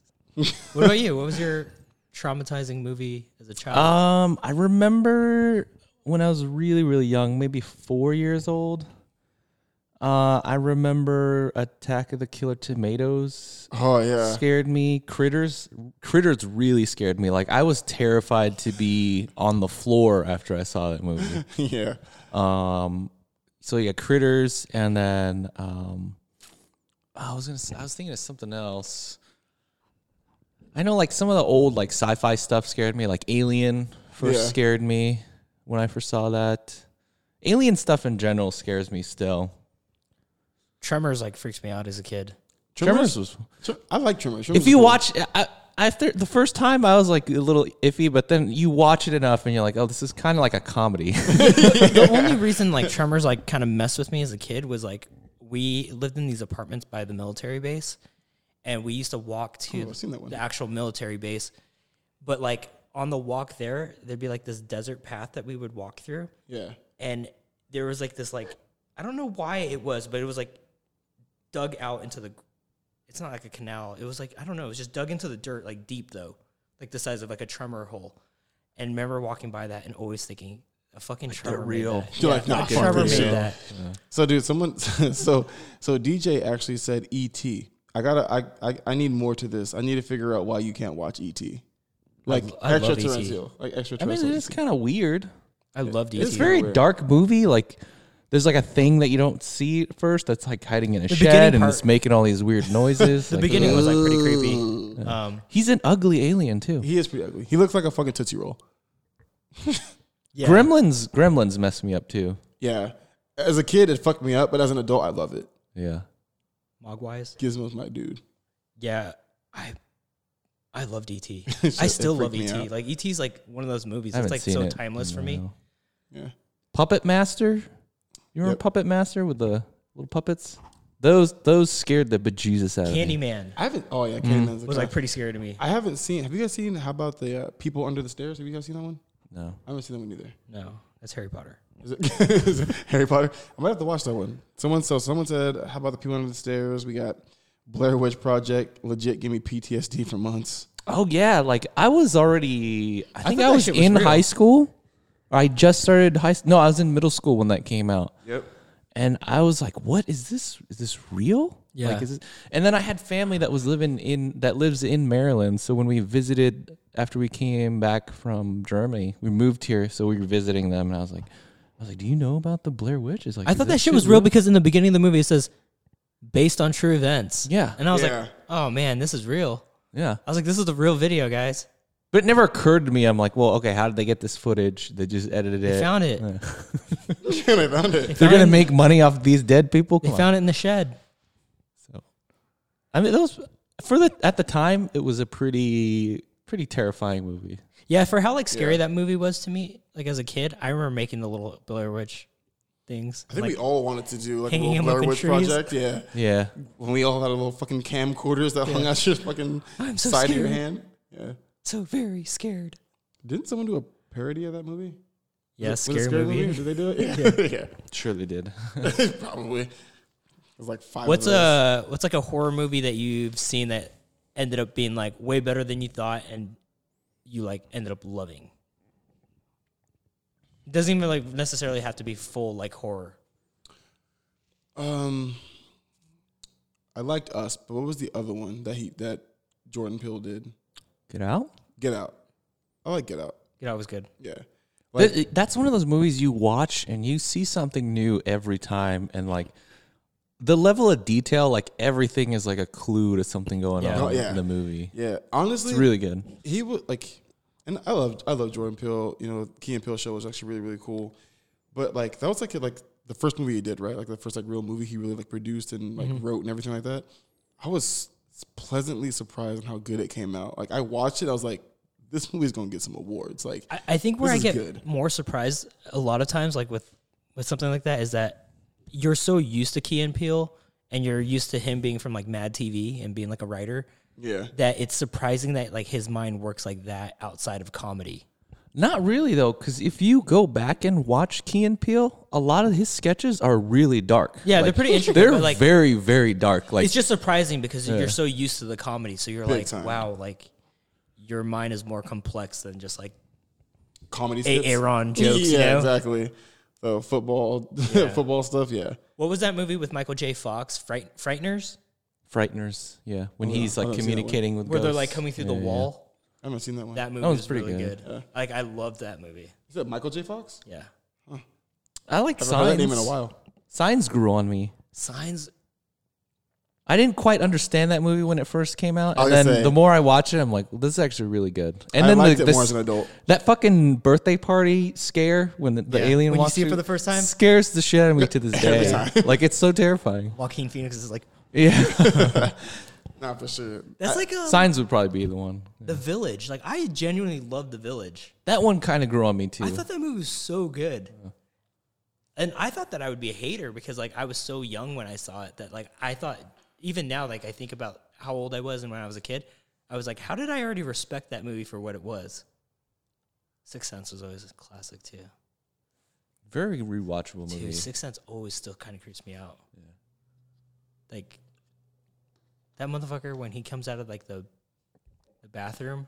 what about you? What was your traumatizing movie as a child? Um, I remember when I was really, really young, maybe four years old. Uh, I remember Attack of the Killer Tomatoes Oh, yeah. scared me. Critters, critters really scared me. Like I was terrified to be on the floor after I saw that movie. Yeah. Um, so yeah, critters, and then um, I was gonna, s- I was thinking of something else. I know, like some of the old like sci-fi stuff scared me. Like Alien first Yeah. scared me when I first saw that. Alien stuff in general scares me still. Tremors like freaks me out as a kid. Tremors was. Tre- I like Tremors. Tremors If is you cool. watch, I, after the first time, I was like a little iffy, but then you watch it enough, and you're like, oh, this is kind of like a comedy. the only reason like Tremors like kind of messed with me as a kid was like we lived in these apartments by the military base, and we used to walk to Oh, I've seen that one. the actual military base. But like on the walk there, there'd be like this desert path that we would walk through, Yeah. and there was like this like I don't know why it was, but it was like dug out into the. It's not like a canal. It was like I don't know. It was just dug into the dirt, like deep though, like the size of like a tremor hole. And remember walking by that and always thinking a fucking tremor. made real. that." You're like, nah, a fuck tremor this made shit. that. So, dude, someone, so so DJ actually said E.T. I gotta. I, I I need more to this. I need to figure out why you can't watch ET. Like I love ET. extraterrestrial. Like I mean, extraterrestrial. it's kind of weird. I loved E ET. It's a very weird. dark movie. Like, there's like a thing that you don't see at first that's like hiding in a shed beginning and part- it's making all these weird noises. the beginning was like pretty creepy. Um, He's an ugly alien too. he is pretty ugly. He looks like a fucking tootsie roll. yeah. Gremlins, Gremlins messed me up too. Yeah. As a kid, it fucked me up, but as an adult, I love it. Yeah. Mogwise. Gizmo's my dude. Yeah, I I loved ET. I It still love freaked ET. me out. Like ET's like one of those movies. I It's haven't like seen so it timeless in for a me. while. Yeah. Puppet Master. You remember Yep. Puppet Master with the little puppets? Those those scared the bejesus out of me. Candyman I haven't. Oh yeah, Candyman's a Mm-hmm. was cop. like pretty scary to me. I haven't seen. Have you guys seen? How about the uh, people under the stairs? Have you guys seen that one? No. I haven't seen that one either. No, that's Harry Potter. Is it, is it Harry Potter? I might have to watch that one. Someone so someone said, "How about the people under the stairs?" We got Blair Witch Project. Legit, give me PTSD for months. Oh yeah, like I was already. I think thought I, that was shit was in real. high school. I just started high. No, I was in middle school when that came out, Yep. and I was like, "What is this? Is this real? Yeah. Like, is this? And then I had family that was living in that lives in Maryland. So when we visited after we came back from Germany, we moved here. So we were visiting them, and I was like, I was like, "Do you know about the Blair Witch? Is like, I is thought that shit was real because in the beginning of the movie it says based on true events. Yeah. and I was Yeah. like, oh man, this is real. Yeah, I was like, this is the real video, guys. but it never occurred to me. I'm like, well, okay, how did they get this footage? They just edited They it. found it. and I found it. They're Found- gonna make money off these dead people. They Come on. found it in the shed. I mean, those for the at the time, it was a pretty pretty terrifying movie. Yeah, for how like scary that movie was to me, like as a kid, I remember making the little Blair Witch things. I think like, we all wanted to do like a Hanging little him Blair up in Witch trees. Project. Yeah. Yeah, When we all had little fucking camcorders that hung out your fucking I'm so side of your scared. hand. Yeah. so very scared. Didn't someone do a parody of that movie? Yeah, Was it scary, a movie. Did they do it? Yeah. sure they did. yeah. Probably. It was like five. What's of those. uh, a what's like a horror movie that you've seen that ended up being like way better than you thought and you like ended up loving? Doesn't even like necessarily have to be full like horror. Um, I liked Us, but what was the other one that he that Jordan Peele did? Get out. Get Out. I like Get Out. You know, it was good. Yeah, Th- That's one of those movies you watch and you see something new every time, and like the level of detail, like everything is like a clue to something going Yeah. on Oh, yeah. in the movie. yeah. It's Honestly, really good. he would like, and I loved I loved Jordan Peele. You know, Key and Peele show was actually really really cool. But like that was like like the first movie he did, right? Like the first like real movie he really like produced and like Mm-hmm. wrote and everything like that. I was pleasantly surprised on how good it came out. Like I watched it, I was like, this movie's gonna get some awards. Like I, I think where This I is get good. more surprised a lot of times, like with with something like that, is that you're so used to Key and Peele and you're used to him being from like Mad TV and being like a writer yeah, that it's surprising that like his mind works like that outside of comedy. Not really though, because if you go back and watch Key and Peele, a lot of his sketches are really dark. Yeah, they're Like, pretty intricate, They're but, like- very very dark. Like it's just surprising because you're so used to the comedy, so you're like, time. wow, like your mind is more complex than just like comedy. skits. Aaron jokes. Yeah, you know? exactly. So football, football stuff. Yeah, What was that movie with Michael J. Fox, Fright- Frighteners, Frighteners. Yeah, when he's Oh, I like haven't seen that communicating with where they're ghosts. like coming through the Yeah, yeah. wall? I haven't seen that one. That movie one's was pretty really good. good. Like I loved that movie. Is that Michael J. Fox? Yeah, I like I haven't signs. heard that name in a while. Signs grew on me. Signs. I didn't quite understand that movie when it first came out, I and was then gonna say- the more I watch it, I'm like, well, "This is actually really good." And Oh, I then liked the, it the more s- as an adult. That fucking birthday party scare when the, the Yeah, alien when you walks see it for through the first time. scares the shit out of me to this Every day. time. Like it's so terrifying. Joaquin Phoenix is like Yeah, Not for sure. that's like um, Signs would probably be the one. the Village. Like I genuinely loved the Village. That one kind of grew on me too. I thought that movie was so good. And I thought that I would be a hater because like I was so young when I saw it that like I thought even now like I think about how old I was and when I was a kid, I was like, how did I already respect that movie for what it was? Sixth Sense was always a classic too. Very rewatchable movie. Dude, Sixth Sense always still kind of creeps me out. Like that motherfucker when he comes out of like the the bathroom,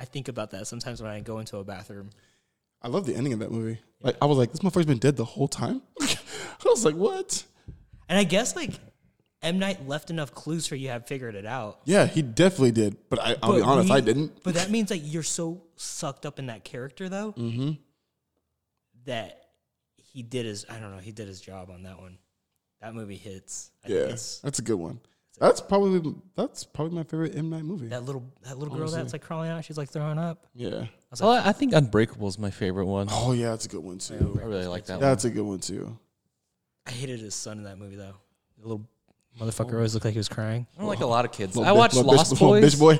I think about that sometimes when I go into a bathroom. I love the ending of that movie. Like I was like, this motherfucker's been dead the whole time. I was like, what? And I guess like M Night left enough clues for you to have figured it out. Yeah, he definitely did. But I, I'll be But honest, we- I didn't. But that means like you're so sucked up in that character though Mm-hmm. that he did his I don't know he did his job on that one. That movie hits. I think Yeah, it's- that's a good one. That's probably that's probably my favorite M Night movie. that little that little girl that's like crawling out. She's like throwing up. Yeah. Well, I think Unbreakable is my favorite one. Oh yeah, that's a good one too. I really like that one. That's a good one too. I hated his son in that movie though. The little motherfucker always looked like he was crying. I don't like a lot of kids. I Little watched bitch- little Lost bitch, little Boys. Bitch boy.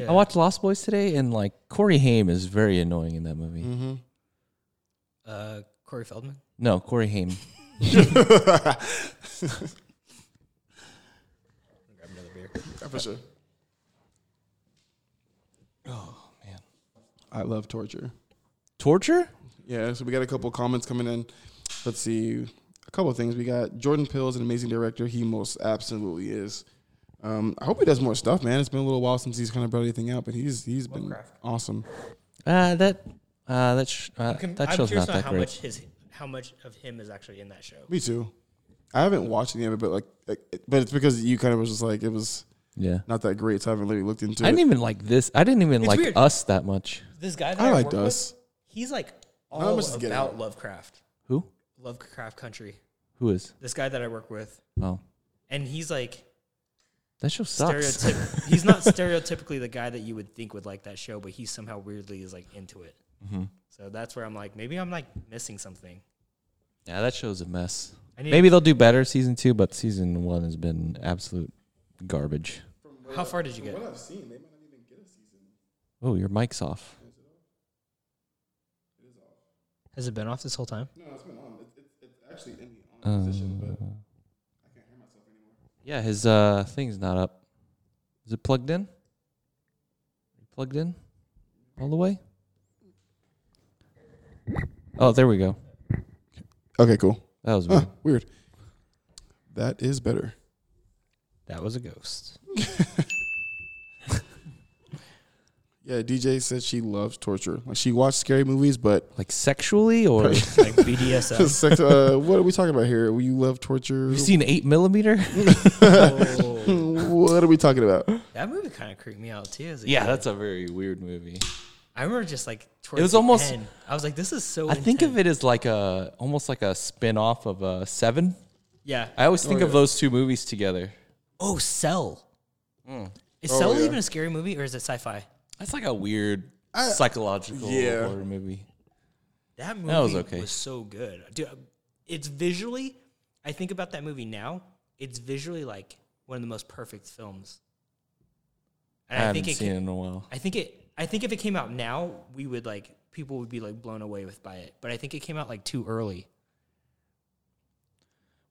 Yeah. I watched Lost Boys today, and like Corey Haim is very annoying in that movie. Mm. Uh, Corey Feldman. No, Corey Haim. Grab another beer. Yeah, for sure. Oh man, I love torture. torture. Yeah, so we got a couple comments coming in. Let's see. A couple of things. We got Jordan Pill's an amazing director. He most absolutely is. Um, I hope he does more stuff, man. It's been a little while since he's kind of brought anything out, but he's he's been awesome. Uh, that uh, that sh- uh, that show's not that how great. much his how much of him is actually in that show. Me too. I haven't watched any of it, but like, like it- but it's because you kind of was just like it was Yeah, not that great, so I haven't really looked into I didn't it. even like this. I didn't even It's like weird. us that much. This guy that I I, liked work with, Us. he's like How all much is it getting about at? Lovecraft, Who? Lovecraft Country. Who is? This guy that I work with, Oh, and he's like that show sucks. stereotyp- he's not stereotypically the guy that you would think would like that show, but he somehow weirdly is like into it. Mm-hmm. So that's where I'm like, maybe I'm like missing something. Yeah, that show's a mess. I need- Maybe they'll do better season two, but season one has been absolute garbage. How far did you get? I've seen, they might not even get a season. Oh, your mic's off. Has it been off this whole time? No, it's been on. It's, it's, it's actually in the Uh, yeah, his uh thing's not up. Is it plugged in? Plugged in, all the way. Oh, there we go. Okay, cool. That was Huh, weird. weird. That is better. That was a ghost. Yeah, DJ said she loves torture. Like she watched scary movies, but like sexually or Right. Like BDSM. sex, uh, what are we talking about here? You love torture. you seen eight millimeter? Oh. what are we talking about? That movie kind of creeped me out too. As a yeah, kid. that's a very weird movie. I remember just like towards was the almost- end, I was like, this is so. I think of it as like a almost like a spin off of a Seven. Yeah. I always think of those two movies together. Oh, Cell. Hmm. Is Oh, Cell yeah. even a scary movie or is it sci-fi? That's like a weird I- psychological yeah. horror movie. That movie was was, okay. so good. Dude, it's visually, I think about that movie now, it's visually like one of the most perfect films. And I, I, haven't think it, seen ca- it in a while. I think it, I think if it came out now, we would like, people would be like blown away with by it. But I think it came out like too early.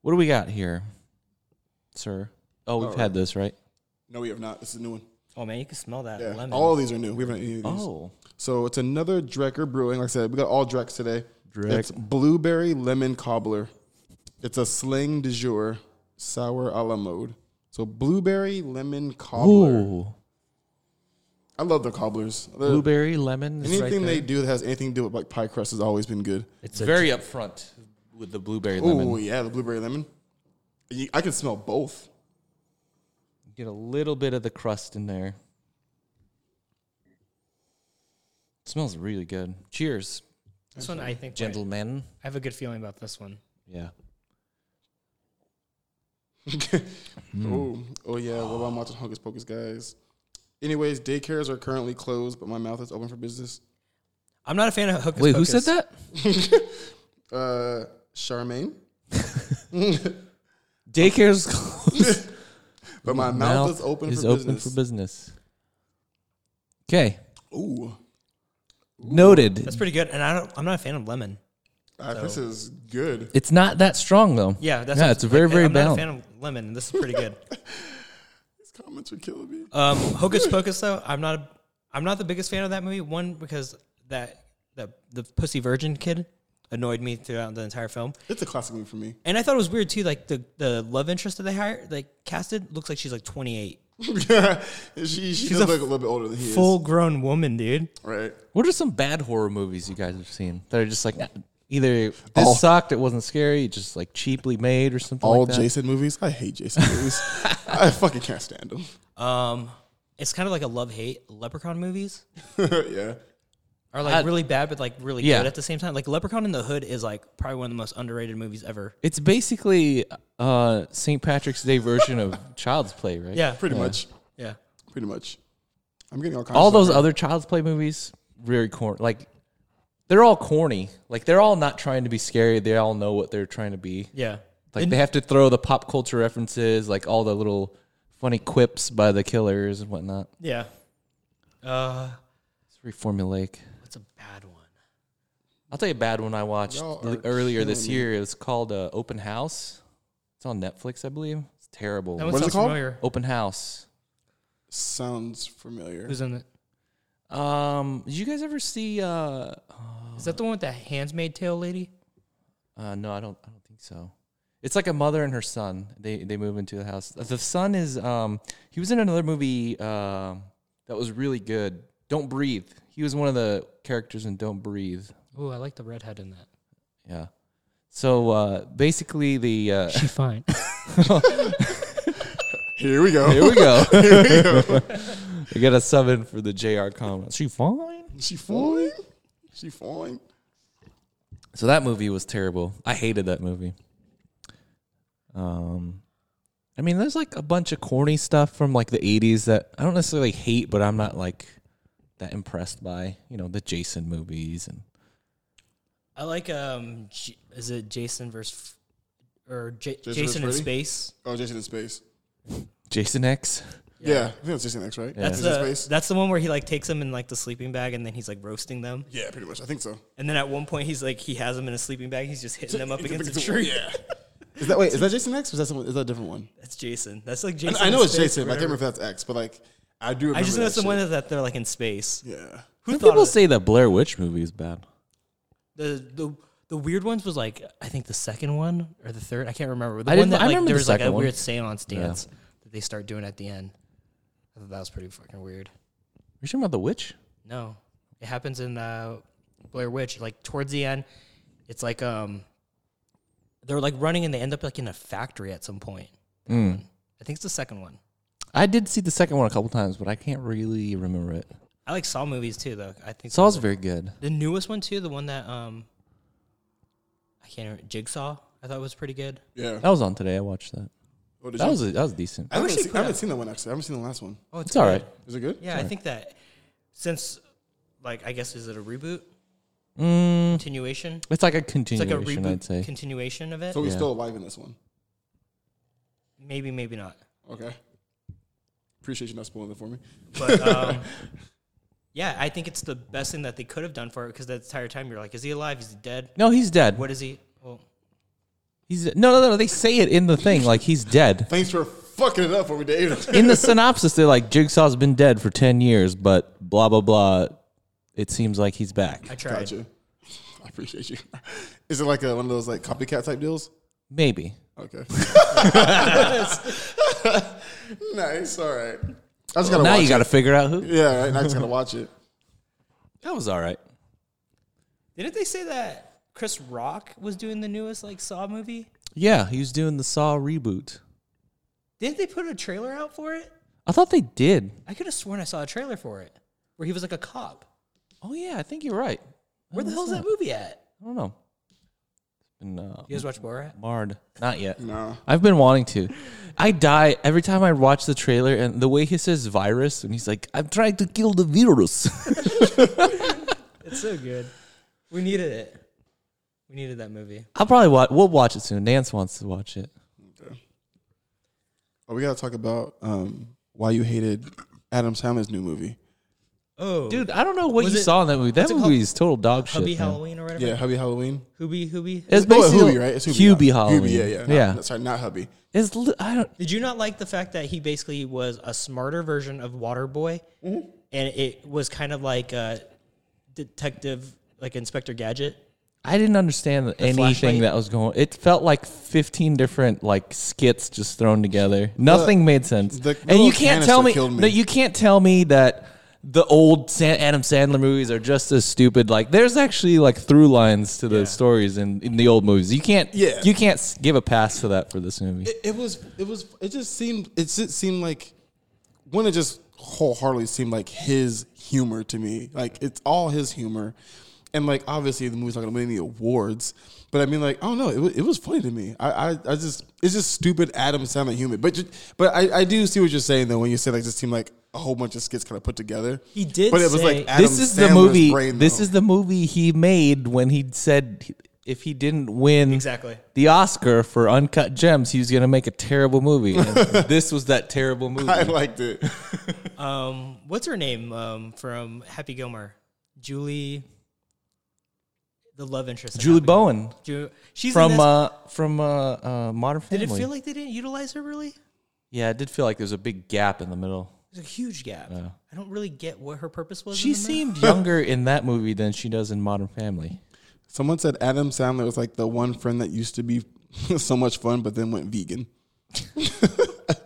What do we got here, sir? Oh, Uh, we've had this right. No, we have not. This is a new one. Oh man, you can smell that Yeah, lemon. all of these are new. We haven't had any of these. Oh, So it's another Drecker Brewing. Like I said, we got all Drecks today. Dreck. It's blueberry lemon cobbler. It's a sling du jour sour a la mode. So blueberry lemon cobbler. ooh, I love the cobblers. The- blueberry lemon. Is right anything there. they do that has anything to do with like pie crust has always been good. it's very upfront with the blueberry lemon. Oh yeah, the blueberry lemon. You- I can smell both. Get a little bit of the crust in there. smells really good. Cheers, This one, I think, might- gentlemen. I have a good feeling about this one. Yeah. Oh, oh yeah. Well, I'm watching Hocus Pocus, guys. Anyways, daycares are currently closed, but my mouth is open for business. I'm not a fan of Hocus Wait, who Pocus. said that? Uh, Charmaine, Daycare's closed. but my mouth, is open for business. Okay. Ooh, Noted. That's pretty good. And I don't, I'm not a fan of lemon. Ah, this is good. It's not that strong though. Yeah, that's yeah. It's very, very I'm not a balanced. fan of lemon. This is pretty good. These comments are killing me. Um, Hocus Pocus though, I'm not a, I'm not the biggest fan of that movie. One because that that the pussy virgin kid annoyed me throughout the entire film, It's a classic movie for me. and I thought it was weird too. Like the the love interest that they hired, like casted, looks like she's like 28, she she does a look a little bit older than he full grown woman, dude. is. Right. What are some bad horror movies you guys have seen that are just like nah, Either this All- sucked, it wasn't scary, just like cheaply made or something All like that. Jason movies. I hate Jason movies. I fucking can't stand them. Um, it's kind of like a love hate. Leprechaun movies yeah. are like I- really bad, but like really Yeah. good at the same time. Like Leprechaun in the Hood is like probably one of the most underrated movies ever. It's basically uh, St. Patrick's Day version of Child's Play, right? Yeah, Pretty much. yeah. Pretty much. I'm getting all kinds All of those stuff other Child's Play movies, very corny. Like, they're all corny. Like, they're all not trying to be scary. They all know what they're trying to be. Yeah. Like, And- they have to throw the pop culture references, like all the little funny quips by the killers and whatnot. yeah. Uh, It's very formulaic. what's a bad one? I'll tell you a bad one I watched Y'all l- are earlier this killing me. year. It was called uh, Open House. It's on Netflix, I believe. It's terrible. That one What is it sounds called? familiar. Open House. Sounds familiar. Who's in it? Um, did you guys ever see? Uh, Is that the one with the handsmaid tail lady? uh, no, I don't. I don't think so. It's like a mother and her son. They they move into the house. The son is um he was in another movie um that was really good. Don't breathe. He was one of the characters in Don't Breathe. Oh, I like the redhead in that. Yeah. So uh, basically the uh, She's fine. Here we go. Here we go. Here we go. we got a summon for the JR comment. She fine. She falling? She falling? So that movie was terrible. I hated that movie. Um, I mean, there's like a bunch of corny stuff from like the '80s that I don't necessarily hate, but I'm not like that impressed by. You know, the Jason movies and I like um, J- is it Jason versus F- or J- Jason Jason, versus in Freddy? space? Oh, Jason in space. Jason X. Yeah, I think that's Jason X, right? That's Jason in the space. that's the one where he like takes them in like the sleeping bag and then he's like roasting them. yeah, pretty much. I think so. And then at one point he's like he has them in a sleeping bag. He's just hitting them up against a tree. Yeah. Is that wait? Is that Jason X? Or is that someone? Is that a different one? That's Jason. That's like And Jason. I know in it's space, Jason. But I can't whatever. remember if that's X. But like, I do. Remember I just know that someone shit. that, that they're like in space. Yeah. Who Some thought people of say the Blair Witch movie is bad. the the the weird ones was like I think the second one or the third. I can't remember. The I one didn't- that I like remember there the was like a second one. weird seance dance that they start doing at the end. I thought that was pretty fucking weird. You're talking about the witch? No, it happens in uh, Blair Witch. Like towards the end, it's like um, they're like running and they end up like in a factory at some point. Mm. I think it's the second one. I did see the second one a couple times, but I can't really remember it. I like Saw movies too, though. I think Saw's very good. the newest one too, the one that um, I can't remember, Jigsaw. I thought was pretty good. Yeah. That was on today. I watched that. Oh, did That you- was a, that was decent. I haven't, actually seen, put I haven't out- seen that one actually. I haven't seen the last one. Oh, It's all right. Is it good? Yeah, I think that since like I guess is it a reboot Mm, continuation? it's like a It's like a continuation, I'd reboot say. continuation of it. So he's Yeah. still alive in this one. maybe, maybe not. Okay. Appreciate you not spoiling it for me. But um, yeah, I think it's the best thing that they could have done for it because the entire time you're like, is he alive? Is he dead? no, he's dead. What is he? Well, He's no, no, no. They say it in the thing, like he's dead. Thanks for fucking it up for me, Dave. In the synopsis, they're like Jigsaw's been dead for ten years, but blah blah blah. It seems like he's I back. tried. gotcha. I appreciate you. Is it like a, one of those like copycat type deals? Maybe. Okay. nice. All right. I just gotta Now watch you got to it. figure out who. Yeah, right. Now I just gotta watch it. That was all right. Didn't they say that Chris Rock was doing the newest like Saw movie? Yeah, he was doing the Saw reboot. Didn't they put a trailer out for it? I thought they did. I could have sworn I saw a trailer for it where he was like a cop. Oh yeah, I think you're right. Where Oh, the hell's that movie at? I don't know. It's been uh, You guys watch Borat? marred. Not Hmm. yet. No. I've been wanting to. I die every time I watch the trailer and the way he says virus and he's like, I'm trying to kill the virus. It's so good. We needed it. We needed that movie. I'll probably watch we'll watch it soon. Nance wants to watch it. Oh, we gotta talk about um, why you hated Adam Sandler's new movie. Oh, Dude, I don't know what Was you it- saw in that movie. That what's it called? movie is total dog shit. Hubby man. Halloween or whatever. Yeah, Hubby Halloween. Hubby Hubby. It's No, Oh, it's basically Hubie, right? It's Hubie. Hubie Halloween. Hubie, yeah, yeah. No, yeah. no, sorry, not Hubby. It's li- I don't. Did you not like the fact that he basically was a smarter version of Waterboy, and it was kind of like a detective, like Inspector Gadget? I didn't understand anything flashlight? that was going. It felt like fifteen different like skits just thrown together. Nothing made sense. the and you little can't tell canister me, killed me. No, you can't tell me that the old San- Adam Sandler movies are just as stupid. Like there's actually like through lines to the stories in, in the old movies. You can't Yeah. you can't s- give a pass to that for this movie. It, it was. It was. It just seemed. It just seemed like one. It just wholeheartedly seemed like his humor to me. Like it's all his humor, and like obviously the movie's not gonna win any awards, but I mean like I don't know. It was, it was funny to me. I, I I just it's just stupid Adam Sandler humor. But ju- but I I do see what you're saying though when you say like this seemed like a whole bunch of skits kind of put together. He did But it was say- like Adam this is the Sandler's movie. Brain, this though. is the movie he made when he said he- if he didn't win Exactly. the Oscar for Uncut Gems, he was going to make a terrible movie. And this was that terrible movie. I liked it. Um, what's her name um, from Happy Gilmore? Julie, the love interest. in Julie Happy Gilmore. Bowen Ju- she's in from this- uh, from uh, uh, Modern did Family. it feel like they didn't utilize her really? yeah, it did feel like there was a big gap in the middle. There's a huge gap. I don't really get what her purpose was. She in the movie. seemed younger in that movie than she does in Modern Family. Someone said Adam Sandler was like the one friend that used to be so much fun, but then went vegan.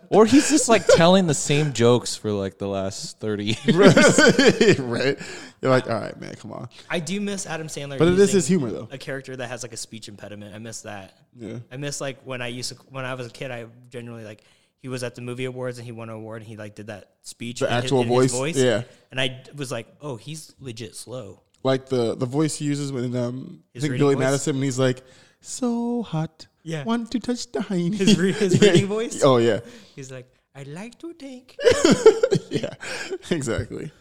Or he's just like telling the same jokes for like the last thirty years. right? You're like, all right, man, come on. I do miss Adam Sandler. But it is his using humor, though. A character that has like a speech impediment. I miss that. Yeah. I miss like when I used to when I was a kid. I generally like he was at the movie awards and he won an award and he like did that speech. The in his- actual in his voice? Yeah. And I was like, oh, he's legit slow. Like the the voice he uses when um, I His think reading Billy voice? Madison, when he's like, so hot. Yeah. Want to touch the hiney. His re- his Yeah. reading voice? Oh, yeah. He's like, I'd like to thank. Yeah, exactly.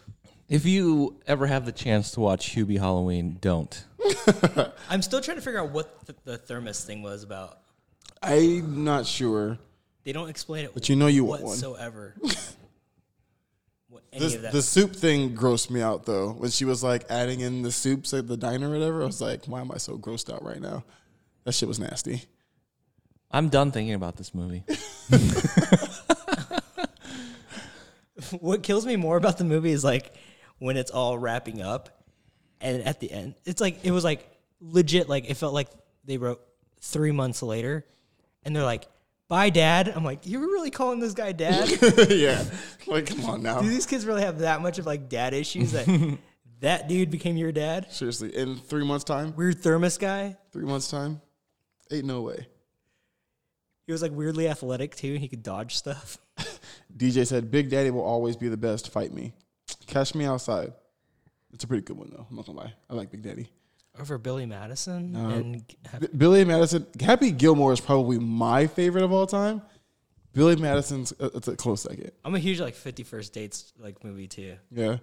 If you ever have the chance to watch Hubie Halloween, don't. I'm still trying to figure out what the, the thermos thing was about. I'm not sure. They don't explain it. But you know you want one. whatsoever. what, any This, of that. the soup thing grossed me out, though. When she was like adding in the soups at the diner or whatever, I was like, why am I so grossed out right now? That shit was nasty. I'm done thinking about this movie. what kills me more about the movie is like when it's all wrapping up and at the end it's like it was like legit like it felt like they wrote three months later and they're like bye dad i'm like you're really calling this guy dad do yeah. Like, come on now. these kids really have that much of like dad issues that that dude became your dad Seriously, in three months' time, weird thermos guy three months' time, ain't no way. he was like weirdly athletic too he could dodge stuff DJ said, Big Daddy will always be the best. Fight me. Catch me outside. It's a pretty good one, though. I'm not going to lie. I like Big Daddy. over billy madison and B- Billy Madison, Happy Gilmore is probably my favorite of all time. Billy Madison's uh, it's a close second. i'm a huge like 51st dates like movie too Yeah.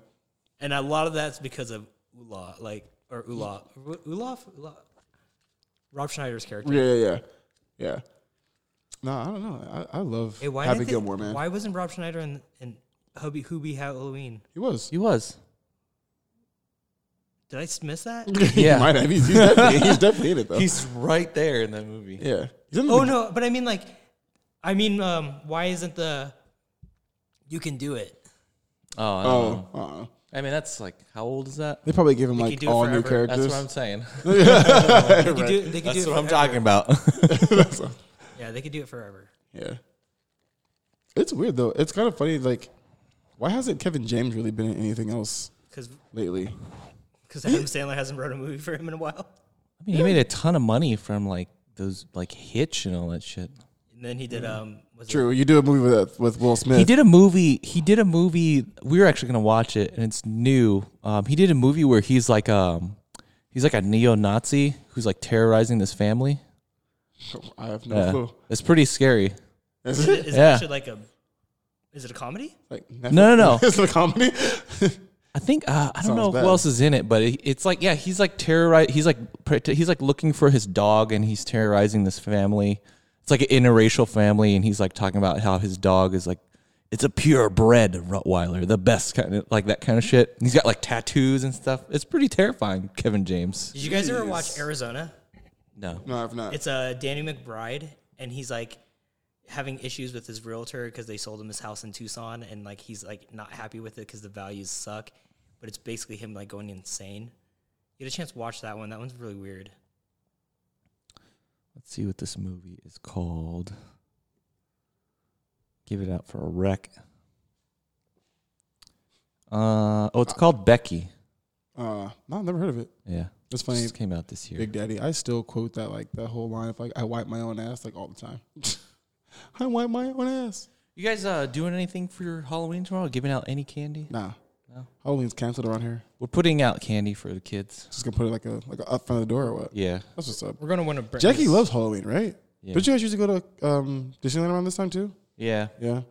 and a lot of that's because of Ula, like or Ula, Ulaf, Ula, Rob Schneider's character. Yeah, yeah, yeah. Yeah. No, I don't know. I, I love Hey, why Happy didn't they- Gilmore, man. Why wasn't Rob Schneider in in Hubie Hubie Halloween? He was. He was. Did I s- miss that? Yeah. he might have. He's, he's, definitely, he's definitely in it, though. He's right there in that movie. yeah. He's in the oh no, but I mean like, I mean, um, why isn't the you can do it? Oh, I, don't know. Oh, uh-uh. I mean, that's like how old is that? They probably give him They like could do it all new forever. characters. That's what I'm saying. They could do. They could That's do it what I'm forever. talking about. Yeah, they could do it forever. Yeah. It's weird though. It's kind of funny. Like, why hasn't Kevin James really been in anything else Because lately? Adam Sandler hasn't wrote a movie for him in a while. I mean, he made a ton of money from like those like Hitch and all that shit. And then he did Mm. um was it True. You do a movie with uh, with Will Smith. He did a movie. He did a movie. We were actually gonna watch it, and it's new. Um, he did a movie where he's like um, he's like a neo-Nazi who's like terrorizing this family. I have no Yeah, clue. it's pretty scary. Is is it it Yeah. actually like a is it a comedy? like No, no, no. Is it a comedy? I think uh, I Sounds don't know bad. who else is in it, but it, it's like yeah, he's like terrorized. He's like pre- he's like looking for his dog, and he's terrorizing this family. It's like an interracial family, and he's like talking about how his dog is like it's a purebred Rottweiler, the best kind of like that kind of shit. And he's got like tattoos and stuff. It's pretty terrifying, Kevin James. Did you guys ever watch Arizona? No, no, I've not. It's uh, Danny McBride, and he's like having issues with his realtor because they sold him his house in Tucson, and like he's like not happy with it because the values suck. But it's basically him like going insane. You had a chance to watch that one. That one's really weird. let's see what this movie is called. Give it out for a wreck. Uh, oh, it's called Becky. Uh, no, I've never heard of it. Yeah, It's funny. just came out this year. Big Daddy. I still quote that like that whole line of like I wipe my own ass like all the time. I wipe my own ass. You guys uh, doing anything for your Halloween tomorrow? Giving out any candy? Nah. No. Halloween's canceled around here. We're putting out candy for the kids. Just gonna put it like a like a up front of the door or what? Yeah. That's what's up. We're gonna want to bring Jackie loves Halloween, right? Yeah. Don't you guys usually go to um, Disneyland around this time too? Yeah. Yeah.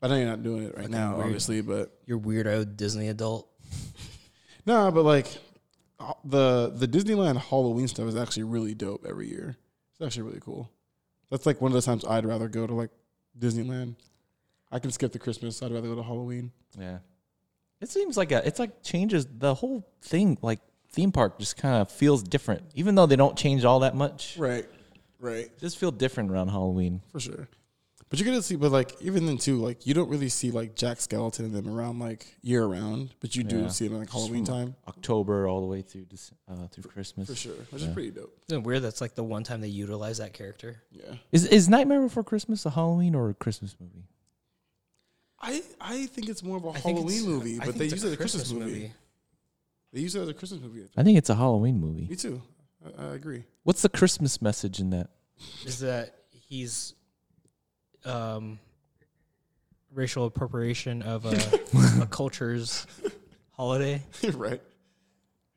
I know you're not doing it right now, weird. obviously, but your weirdo Disney adult. no, nah, but like uh, the the Disneyland Halloween stuff is actually really dope every year. It's actually really cool. That's like one of the times I'd rather go to like Disneyland. I can skip the Christmas. I'd rather go to Halloween. Yeah. It seems like a, it's like changes the whole thing. Like theme park just kind of feels different, even though they don't change all that much. Right, right, Just feel different around Halloween. for sure. But you get to see, but like even then too, like you don't really see like Jack Skeleton and them around like year round, but you Yeah. do see them like Halloween time October all the way through Dec- uh, through Christmas. for sure, which is pretty dope. Isn't it weird? That's like the one time they utilize that character. Yeah. Is is Nightmare Before Christmas a Halloween or a Christmas movie? I, I think it's more of a I think it's- Halloween movie, I but think they it's use it as a Christmas, movie. They use it as a Christmas movie. I think. I think it's a Halloween movie. Me too. I, I agree. What's the Christmas message in that? Is that he's um, racial appropriation of uh, a, a culture's holiday? right.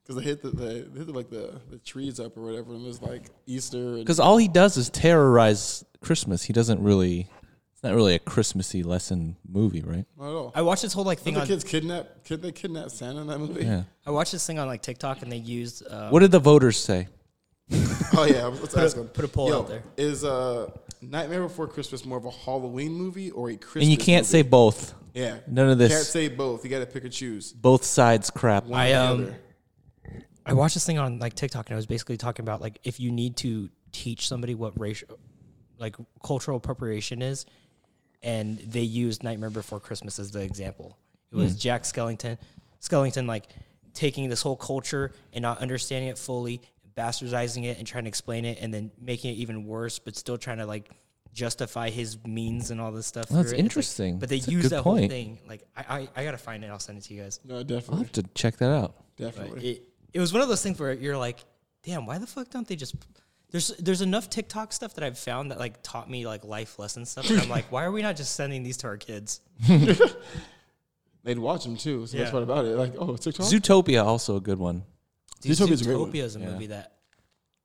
Because they hit the, the they hit the, like the, the trees up or whatever, and there's like Easter and Because all he does is terrorize Christmas. He doesn't really. It's not really a Christmassy lesson movie, right? not at all. I watched this whole like Did thing the on. kids kidnap? Kid they kidnap Santa in that movie? Yeah. I watched this thing on like TikTok, and they used uh, What did the voters say? Oh yeah, let's ask them. put a poll out there. Is uh, Nightmare Before Christmas more of a Halloween movie or a Christmas? And you can't say both. say yeah. none of this. Can't say both. You got to pick and choose. Both sides crap. One I, or the um, other. I watched this thing on like TikTok, and it was basically talking about like if you need to teach somebody what racial, like cultural appropriation is, and they used Nightmare Before Christmas as the example. It Hmm. was Jack Skellington, Skellington like taking this whole culture and not understanding it fully, bastardizing it, and trying to explain it, and then making it even worse, but still trying to like justify his means and all this stuff. That's through it. It's like- interesting. but they That's a use good that whole point. thing. Like I, I, I gotta find it. I'll send it to you guys. No, I'll definitely, have to check that out. But definitely. it, it was one of those things where you're like, damn, why the fuck don't they just there's there's enough TikTok stuff that I've found that like taught me like life lesson stuff. And I'm like, why are we not just sending these to our kids? They'd watch them too. So Yeah. that's what about it. Like, oh, TikTok. Zootopia also a good one. Dude, Zootopia's a great one. Zootopia is a Yeah. movie that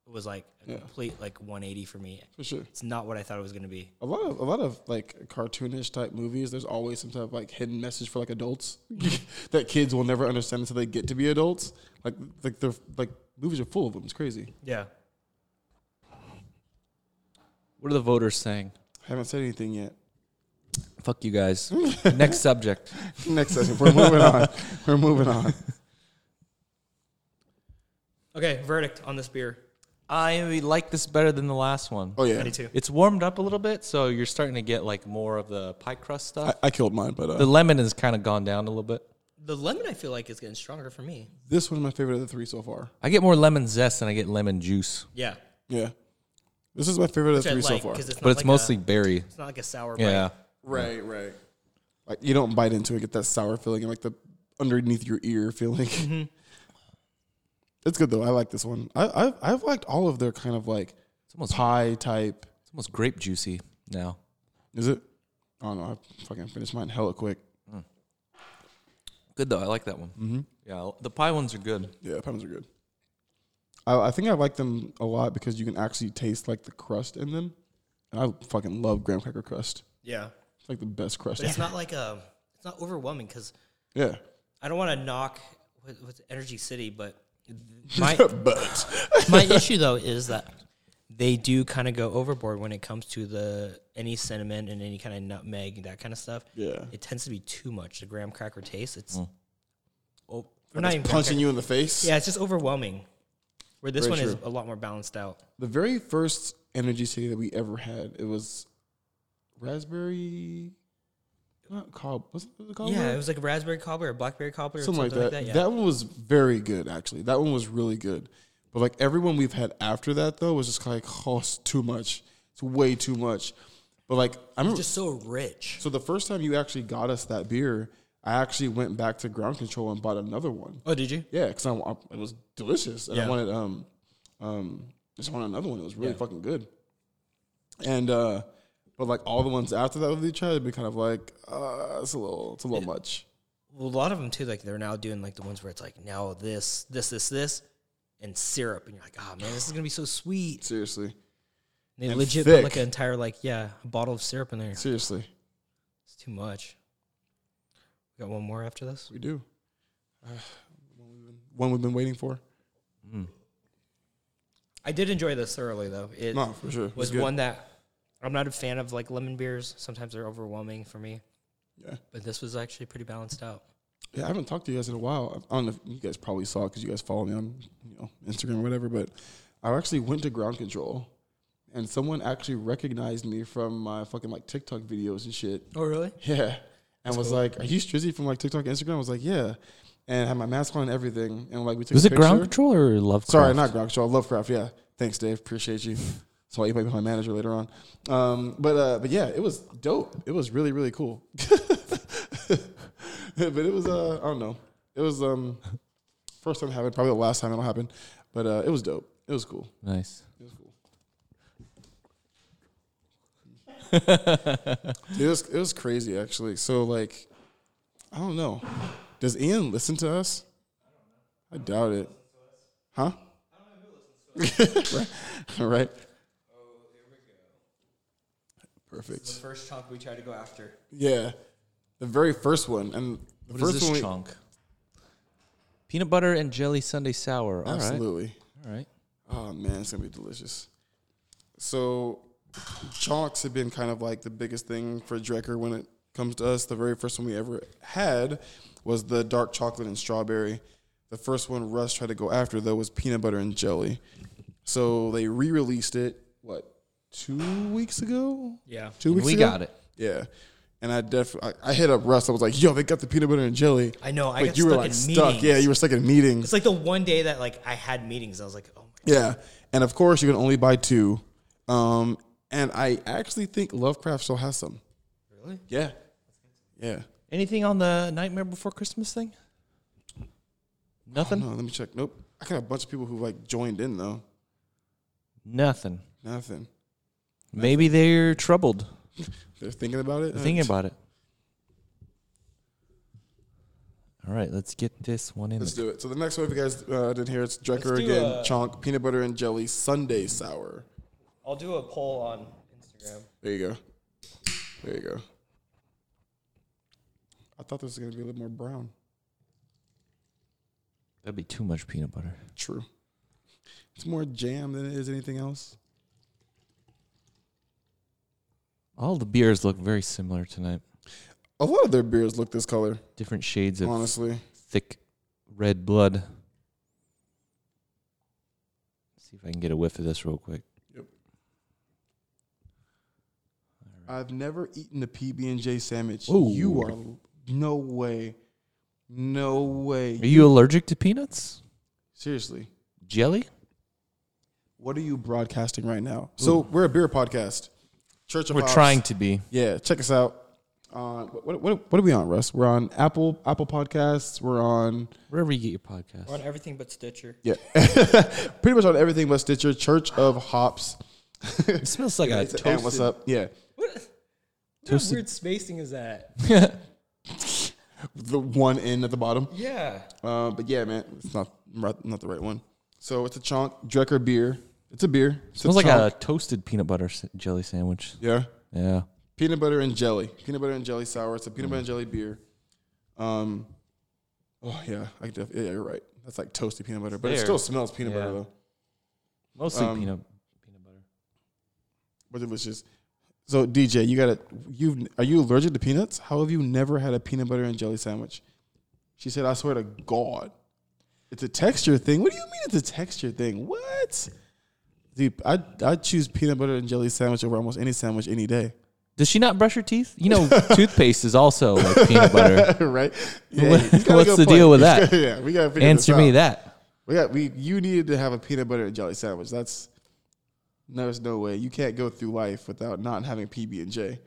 was like a Yeah. complete like 180 for me. For sure. It's not what I thought it was gonna be. A lot of a lot of like cartoonish type movies. There's always some type of like hidden message for like adults that kids will never understand until they get to be adults. Like like they're like movies are full of them. It's crazy. Yeah. What are the voters saying? I haven't said anything yet. Fuck you guys. Next subject. Next session, we're moving on. We're moving on. Okay, verdict on this beer. I like this better than the last one. Oh yeah, 92. It's warmed up a little bit, so you're starting to get like more of the pie crust I, stuff. I killed mine, but the uh, lemon has kind of gone down a little bit. The lemon I feel like is getting stronger for me. this one's my favorite of the three so far. I get more lemon zest than I get lemon juice, Yeah. Yeah, this is my favorite of Which the I three so like far. because it's not but it's like mostly a, berry. it's not like a sour Yeah. bite. Right, right. Like you don't bite into it, get that sour feeling, and like the underneath your ear feeling. It's good though. I like this one. I, I've I've liked all of their kind of like It's almost pie type. it's almost grape juicy now. Is it? I don't know. I fucking finished mine hella quick. Good though. I like that one. Mm-hmm. Yeah, the pie ones are good. Yeah, pie ones are good. I, I think I like them a lot because you can actually taste like the crust in them, and I fucking love graham cracker crust. Yeah. It's like the best crust. But it's not like a it's not overwhelming because Yeah. I don't want to knock with, with Energy City, but my but my issue though is that they do kind of go overboard when it comes to the any cinnamon and any kind of nutmeg and that kind of stuff. yeah, It tends to be too much. The graham cracker taste, it's oh, we're not it's even graham punching cracker- you in the face. Yeah, it's just overwhelming. Where this Very one is true. a lot more balanced out. The very first energy city that we ever had, it was raspberry. Not cob. Was it called? yeah, it was like a raspberry cobbler or blackberry cobbler Oh, something, or like that. something like that. yeah. That one was very good, actually. That one was really good. But like everyone we've had after that though was just kinda like, oh, it's too much. It's way too much. But like I remember, just so rich. so the first time you actually got us that beer, I actually went back to ground control and bought another one. Oh, did you? Yeah, because I, I it was delicious, and I Yeah. wanted um um just wanted another one. It was really fucking good. And uh, but like all the ones after that with each other, it'd be kind of like uh, it's a little it's a little much. Well, a lot of them too. Like they're now doing like the ones where it's like now this, this, this, this, and syrup, and you're like, oh man, this is gonna be so sweet. Seriously, And they And legit thick. put like an entire like yeah a bottle of syrup in there. seriously, It's too much. We got one more after this. we do. Uh, one we've been waiting for. I did enjoy this thoroughly though. It No, for sure. It was good. one that I'm not a fan of like lemon beers. Sometimes they're overwhelming for me. Yeah. But this was actually pretty balanced out. Yeah, I haven't talked to you guys in a while. I don't know if you guys probably saw because you guys follow me on you know Instagram or whatever. But I actually went to ground control, and someone actually recognized me from my fucking like TikTok videos and shit. Oh really? Yeah, and was like, "Are you Strizzy from like TikTok, and Instagram?" I was like, "Yeah," and I had my mask on and everything. And like we took Was a it ground picture. control or Lovecraft? Sorry, not ground control. Lovecraft. Yeah, thanks, Dave. Appreciate you. So you might be my manager later on. Um, but uh, but yeah, it was dope. It was really really cool. but it was uh, I don't know. It was um, first time having probably the last time it'll happen. But uh, it was dope. It was cool. Nice. It was cool. Dude, it was it was crazy actually. So like, I don't know. Does Ian listen to us? I doubt it. Huh? right. right. Perfect. First chunk we tried to go after. Yeah. The very first one and the What is first this one we- chunk? Peanut butter and jelly Sunday sour. All right. Absolutely. All right. Oh man, it's gonna be delicious. So, chonks have been kind of like the biggest thing for Drecker when it comes to us. The very first one we ever had was the dark chocolate and strawberry. The first one Russ tried to go after though was peanut butter and jelly. So they re-released it what two weeks ago? Yeah. Two weeks. We ago? got it. Yeah. And I definitely, I I hit up Russ. I was like, "Yo, they got the peanut butter and jelly." I know, I But got you were stuck like in stuck. meetings. Yeah, you were stuck in meetings. It's like the one day that like I had meetings. I was like, oh my Yeah, and of course you can only buy two. Um, and I actually think Lovecraft still has some. really? Yeah, yeah. Anything on the Nightmare Before Christmas thing? Nothing. No, let me check. Nope. I got a bunch of people who like joined in though. Nothing. Nothing. Maybe they're troubled. They're thinking about it. Thinking about it. All right, let's get this one in. Let's the- do it. So the next one, if you guys uh, didn't hear, it's Drecker Let's do, again. uh, Chonk peanut butter and jelly Sunday sour. I'll do a poll on Instagram. There you go. There you go. I thought this was gonna be a little more brown. That'd be too much peanut butter. True. It's more jam than it is anything else. All the beers look very similar tonight. A lot of their beers look this color, Different shades of honestly. thick red blood. see if I can get a whiff of this real quick. I've never eaten a PB and J sandwich. Ooh. You are no way, no way. Are you allergic to peanuts? Seriously, Jelly? what are you broadcasting right now? So we're a beer podcast. Church of We're Pops. trying to be. Yeah, check us out. On what, what what are we on, Russ? We're on Apple Apple Podcasts. We're on Wherever you get your podcast. on everything but Stitcher. yeah, pretty much on everything but Stitcher. Church of Hops. It smells like a It's a- and what's up? Yeah, What, what Toasted- weird spacing is that? the one in at the bottom. Yeah. Uh, but yeah, man, it's not not the right one. So it's a chonk Drecker beer. It's a beer. It's smells like chonk. a toasted peanut butter s- jelly sandwich. Yeah. Yeah. Peanut butter and jelly. Peanut butter and jelly sour. It's a peanut butter and jelly beer. Um, oh yeah, I def- yeah, you're right. That's like toasty peanut butter, but it There. still smells peanut butter Yeah. though. Mostly Um, peanut peanut butter. But delicious. So DJ, you gotta you are you allergic to peanuts? How have you never had a peanut butter and jelly sandwich? She said, I swear to God. It's a texture thing. What do you mean it's a texture thing? What? Dude, I I choose peanut butter and jelly sandwich over almost any sandwich any day. Does she not brush her teeth? You know, toothpaste is also like peanut butter. right? Yeah, What- he's got a what's good the point. deal with He's that? got- yeah, we got to figure Answer this me out. that. We got we. You needed to have a peanut butter and jelly sandwich. That's no, there's no way you can't go through life without not having PB and J.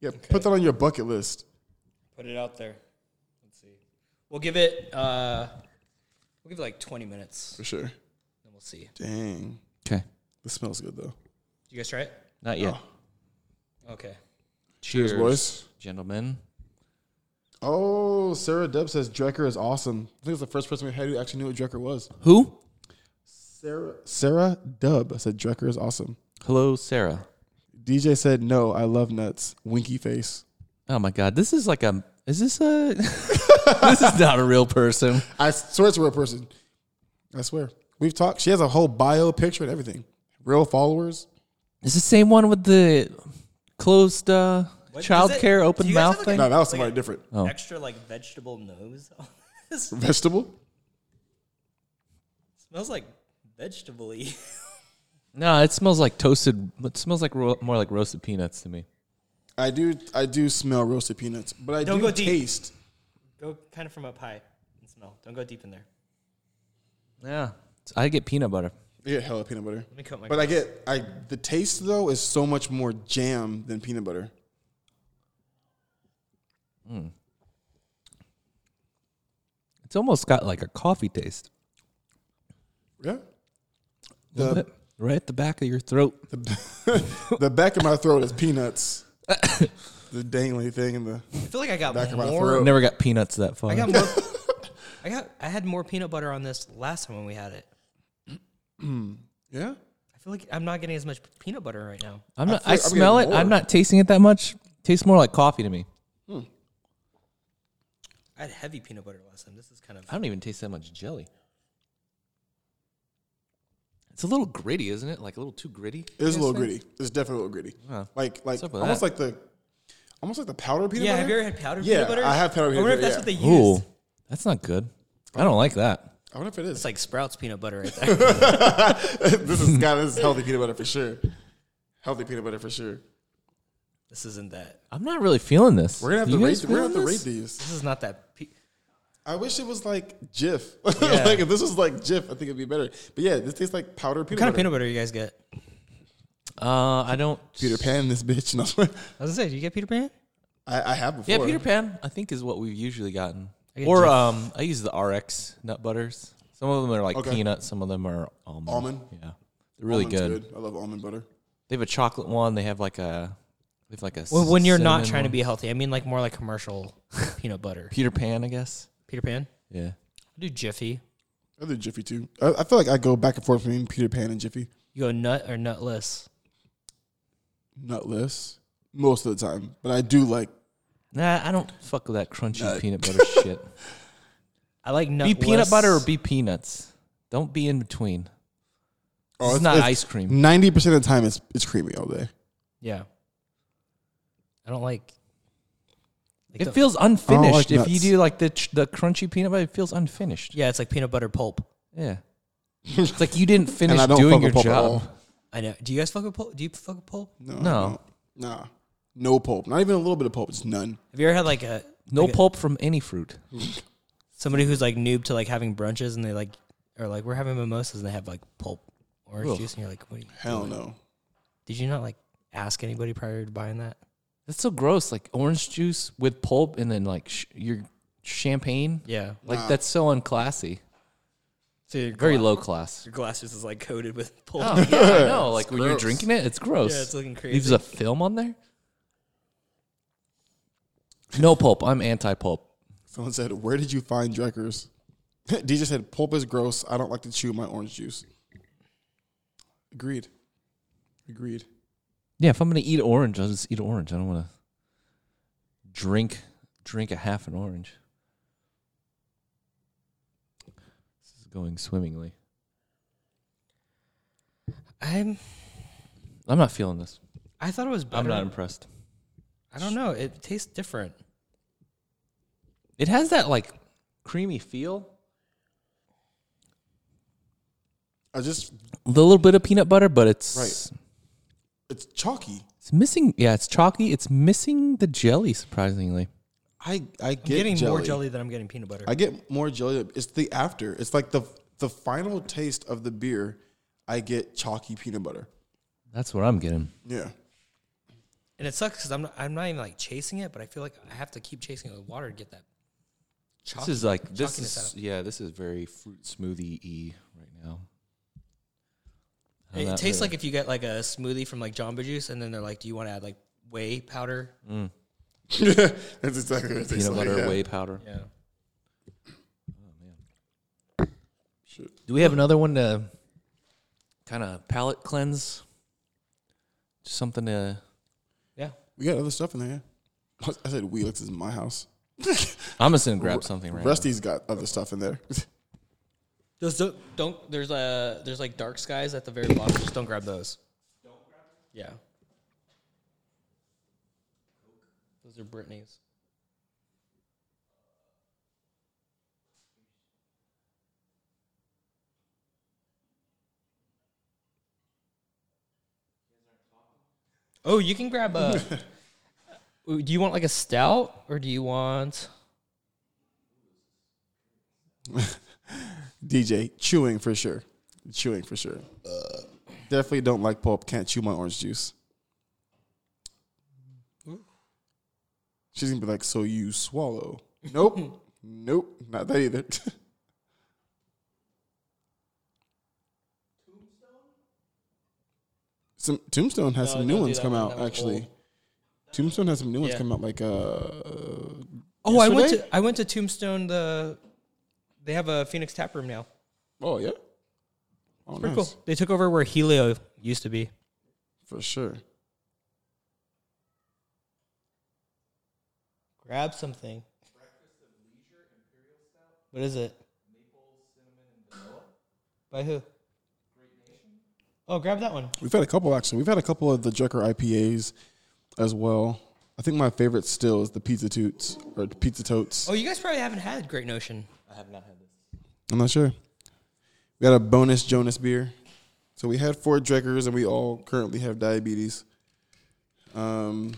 Yeah, put that on your bucket list. Put it out there. Let's see. We'll give it. Uh, we'll give it like 20 minutes, for sure. and we'll see. Dang, Okay. this smells good though. You guys try it? Not yet. Okay. Oh. Cheers, boys. gentlemen. Oh, Sarah Deb says Drecker is awesome. I think it's the first person we had who actually knew what Drecker was. Who? Sarah Sarah Dub said Drecker is awesome. Hello, Sarah. DJ said no, I love nuts. Winky face. Oh my God, this is like a. Is this a? this is not a real person. I swear it's a real person. I swear. We've talked. She has a whole bio picture and everything. Real followers. It's the same one with the closed uh, is it? childcare Do open you guys have, mouth like, thing. No, that was somebody different. Extra like vegetable nose. on this Vegetable. smells like vegetable-y. No, it smells like toasted. It smells like ro- more like roasted peanuts to me. I do. I do smell roasted peanuts, but I Don't do go deep. taste. Go kind of from up high and smell. Don't go deep in there. Yeah, I get peanut butter. I get hella peanut butter. me cut my But I get. I the taste though is so much more jam than peanut butter. It's almost got like a coffee taste. Yeah. A little The- bit. right at the back of your throat. The back of my throat is peanuts. the dangly thing in the I feel like I got back of my more. throat. Never got peanuts that far. I got more. I got. I had more peanut butter on this last time when we had it. Yeah. I feel like I'm not getting as much peanut butter right now. I'm not. feel I, like I'm smell it. getting I'm more. not tasting it that much. Tastes more like coffee to me. I had heavy peanut butter last time. This is kind of. I don't even taste that much jelly. It's a little gritty, isn't it? Like a little too gritty. It is a little gritty. It's definitely a little gritty. Yeah. Like like What's up with almost that? like the almost like the powder peanut yeah, butter. have you ever had powdered Yeah, peanut butter? I have powdered I wonder peanut if butter, that's what they Ooh, used. that's not good. I don't like that. I wonder if it It's is. like Sprouts peanut butter right there. this is God, this is healthy peanut butter for sure. Healthy peanut butter for sure. this isn't that. I'm not really feeling this. We're gonna have You to guys rate we're gonna have feeling to this? rate these. This is not that. Pe- I wish it was like Jif. Yeah. like if this was like Jif, I think it'd be better. But yeah, this tastes like powdered what peanut kind of butter. peanut butter you guys get? I Uh, I don't. Peter Pan this bitch. And I, was like, was gonna say, do you get Peter Pan? I, I have before. Yeah, Peter Pan. I think is what we've usually gotten. I get Or Jif. um, I use the RX nut butters. Some of them are like Okay. peanut. Some of them are almond. Almond? Yeah, they're really Almond's good. I love almond butter. They have a chocolate one. They have like a. They have like a. Well, when you're not cinnamon trying to one. be healthy, I mean like more like commercial peanut butter. Peter Pan, I guess. Peter Pan. Yeah. I do Jiffy. I do Jiffy too. I, I feel like I go back and forth between Peter Pan and Jiffy. You go nut or nutless. Nutless most of the time, but I do like Nah, I don't fuck with that crunchy peanut butter shit. I like nutless. Be peanut butter or be peanuts. Don't be in between. Oh, it's, it's- not it's- ice cream. ninety percent of the time it's it's creamy all day. Yeah. I don't like. like It the- feels unfinished. if you nuts. do like the ch- the crunchy peanut butter, it feels unfinished. yeah, it's like peanut butter pulp. Yeah. it's like you didn't finish I don't doing fuck your with pulp at job. all. I know. Do you guys fuck with pulp? Do you fuck with pulp? No, I No. don't. nah, no pulp. Not even a little bit of pulp. It's none. Have you ever had like a No like a- pulp from any fruit. somebody who's like noob to like having brunches and they like are like we're having mimosas and they have like pulp orange Ugh. juice and you're like, what are you Hell doing? no. Did you not like ask anybody prior to buying that? That's so gross. Like orange juice with pulp and then like sh- your champagne. Yeah, Like that's so unclassy. so your Very gla- low class. Your glass juice is like coated with pulp. Oh, yeah, I know. Like when you're gross. drinking it, it's gross. Yeah, it's looking crazy. Leaves a film on there. No pulp. I'm anti pulp. Someone said, "Where did you find Dreckers?" DJ said, "Pulp is gross. I don't like to chew my orange juice." Agreed. Agreed. Yeah, if I'm gonna eat orange, I'll just eat an orange. I don't want to drink drink a half an orange. This is going swimmingly. I'm. I'm not feeling this. I thought it was better. I'm not impressed. I don't know. It tastes different. It has that like creamy feel, I just a little bit of peanut butter, but it's it's chalky. it's missing. Yeah, it's chalky. It's missing the jelly. Surprisingly, I I I'm get getting more jelly than I'm getting peanut butter. I get more jelly. It's the after. It's like the the final taste of the beer. I get chalky peanut butter. that's what I'm getting. Yeah. and it sucks because I'm not, I'm not even like chasing it, but I feel like I have to keep chasing it with water to get that. Chalky, This is like this chalkiness is out. yeah. This is very fruit smoothie y right now. I'm It, not tastes really- like if you get like a smoothie from like Jamba Juice, and then they're like, "Do you want to add like whey powder?" That's exactly what it tastes peanut like. butter yeah. whey powder. Yeah. Shit. Do we have another one to kind of palate cleanse? Just something to. Yeah. We got other stuff in there. yeah. I said we. This is my house. I'm just gonna grab something right. Rusty's got other stuff in there. Those don't, don't there's uh there's like dark skies at the very bottom. Just don't grab those. Don't grab. Yeah. Those are Britney's. Oh, you can grab a. do you want like a stout or do you want? DJ chewing for sure. Chewing for sure. Definitely don't like pulp. Can't chew my orange juice. She's gonna be like, "So you swallow?" Nope. nope. Not that either. Some Tombstone has No, some don't new do ones that come one. out That was actually. old. Tombstone has some new ones Yeah. come out like uh Oh, I went Yesterday? to I went to Tombstone. The they have a Phoenix tap room now. oh yeah. Oh, Pretty nice. cool. They took over where Helio used to be. For sure. Grab something. What is it? By who? Oh, grab that one. We've had a couple actually. We've had a couple of the Drucker IPAs as well. I think my favorite still is the Pizza Toots or the Pizza Totes. Oh, you guys probably haven't had Great Notion. I'm not sure. We got a bonus Jonas beer. So we had four Drekkers and we all currently have diabetes. Um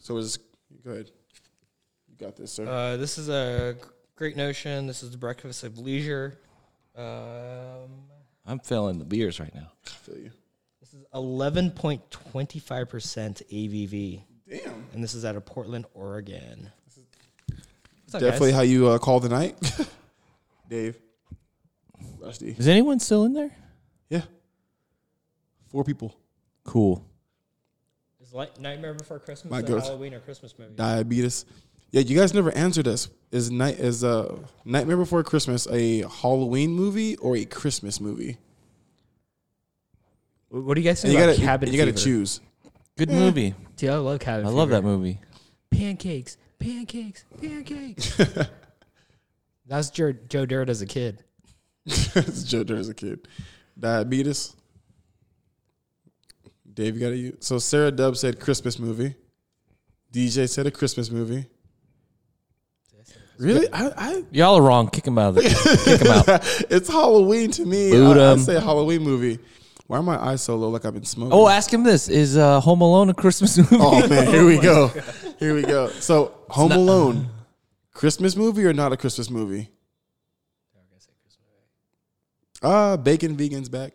so it's go ahead. You got this, sir. Uh, this is a g- Great Notion. This is the Breakfast of Leisure. Um, now. I'm feeling the beers right now. I feel you. this is eleven point twenty five percent ABV, Damn. and this is out of Portland, Oregon. What's up, guys? Definitely how you uh, call the night. Dave. Rusty. Is anyone still in there? Yeah. Four people. Cool. Is like Nightmare Before Christmas My a goat. Halloween or Christmas movie? diabetes. Yeah, you guys never answered us. Is night is uh, Nightmare Before Christmas a Halloween movie or a Christmas movie? What do you guys And think you about gotta Cabin you gotta Fever? choose. Good movie. Dude, I love Cabin I Fever. love that movie. Pancakes, pancakes, pancakes. that was Joe, Joe Dirt as a kid. it's Joe Dirt as a kid. Diabetes. Dave, you gotta use. So Sarah Dub said Christmas movie. DJ said a Christmas movie. Really? I, I Y'all are wrong. Kick him out of the. kick him out. it's Halloween to me. Boot I, I 'em. say Halloween movie. Why are my eyes so low like I've been smoking? Oh, ask him this: Is uh, Home Alone a Christmas movie? Oh man, here we go. Here we go. So Home Alone, Christmas movie or not a Christmas movie? Ah, bacon vegan's back.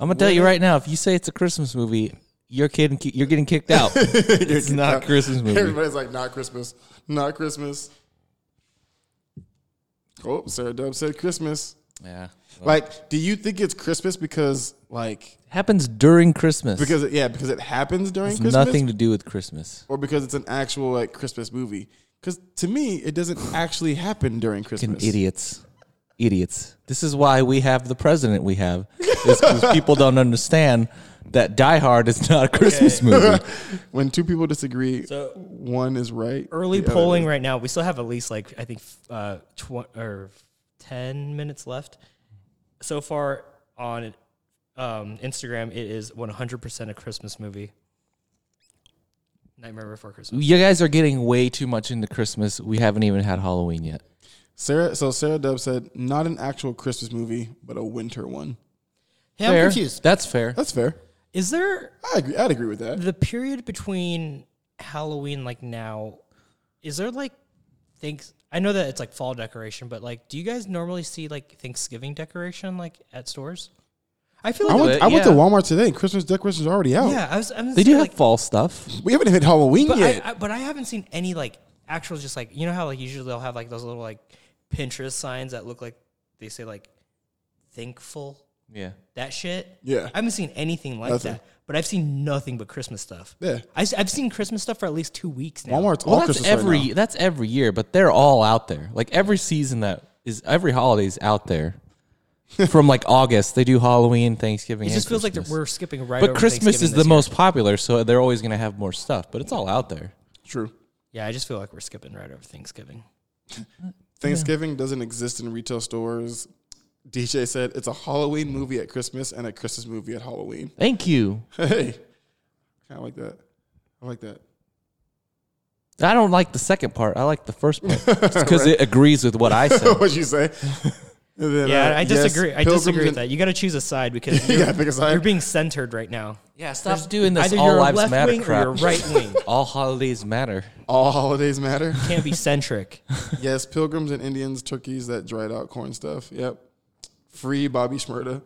I'm gonna tell you right now. If you say it's a Christmas movie, you're kidding. You're getting kicked out. it's not a Christmas movie. Everybody's like, not Christmas, not Christmas. Oh, Sarah Dub said Christmas. Yeah. Like, do you think it's Christmas because like happens during Christmas. because it, yeah because it happens during it's Christmas nothing to do with Christmas. or because it's an actual like Christmas movie? Because to me, it doesn't actually happen during Fucking Christmas. idiots. Idiots. This is why we have the president we have. It's because people don't understand that Die Hard is not a Christmas movie. When two people disagree, So- one is right. Early the other polling right now. We still have at least like I think f- uh, tw- or ten minutes left. So far on um, Instagram, it is one hundred percent a Christmas movie. Nightmare Before Christmas. you guys are getting way too much into Christmas. We haven't even had Halloween yet. Sarah, so Sarah Dub said, not an actual Christmas movie, but a winter one. Hey, Fair. I'm confused. That's fair. That's fair. Is there I agree. I'd agree with that. the period between Halloween, like now, is there like things? I know that it's like fall decoration, but like, do you guys normally see like Thanksgiving decoration like at stores? I feel I like went, bit, I went to yeah. Walmart today and Christmas decorations are already out. yeah. I was. I was They do saying, have like, fall stuff. We haven't hit Halloween but yet. I, I, but I haven't seen any like actual just like you know how like usually they'll have like those little like Pinterest signs that look like they say like thankful Yeah. that shit. Yeah. I haven't seen anything like Nothing. that. But I've seen nothing but Christmas stuff. Yeah. I, have seen Christmas stuff for at least two weeks now. Walmart's Well, all that's Christmas every right now. that's every year, but they're all out there. Like every season that is every holiday's out there. From like August, they do Halloween, Thanksgiving. It just and feels like that Christmas. we're skipping right. But over Christmas Thanksgiving is the this year. most popular, so they're always going to have more stuff. But it's all out there. True. Yeah, I just feel like we're skipping right over Thanksgiving. Thanksgiving doesn't exist in retail stores. DJ said it's a Halloween movie at Christmas and a Christmas movie at Halloween. Thank you. Hey, kind of like that. I like that. I don't like the second part. I like the first part because it agrees with what I said. What'd you say? And then, Yeah, uh, I yes, disagree. I pilgrims disagree with and- that. You got to choose a side because You you're, gotta pick a side. you're being centered right now. Yeah, stop doing this. Either All you're a lives left matter. wing crap. or you're right wing. All holidays matter. All holidays matter. Can't be centric. yes, pilgrims and Indians, turkeys that dried out corn stuff. Yep. Free Bobby Shmurda.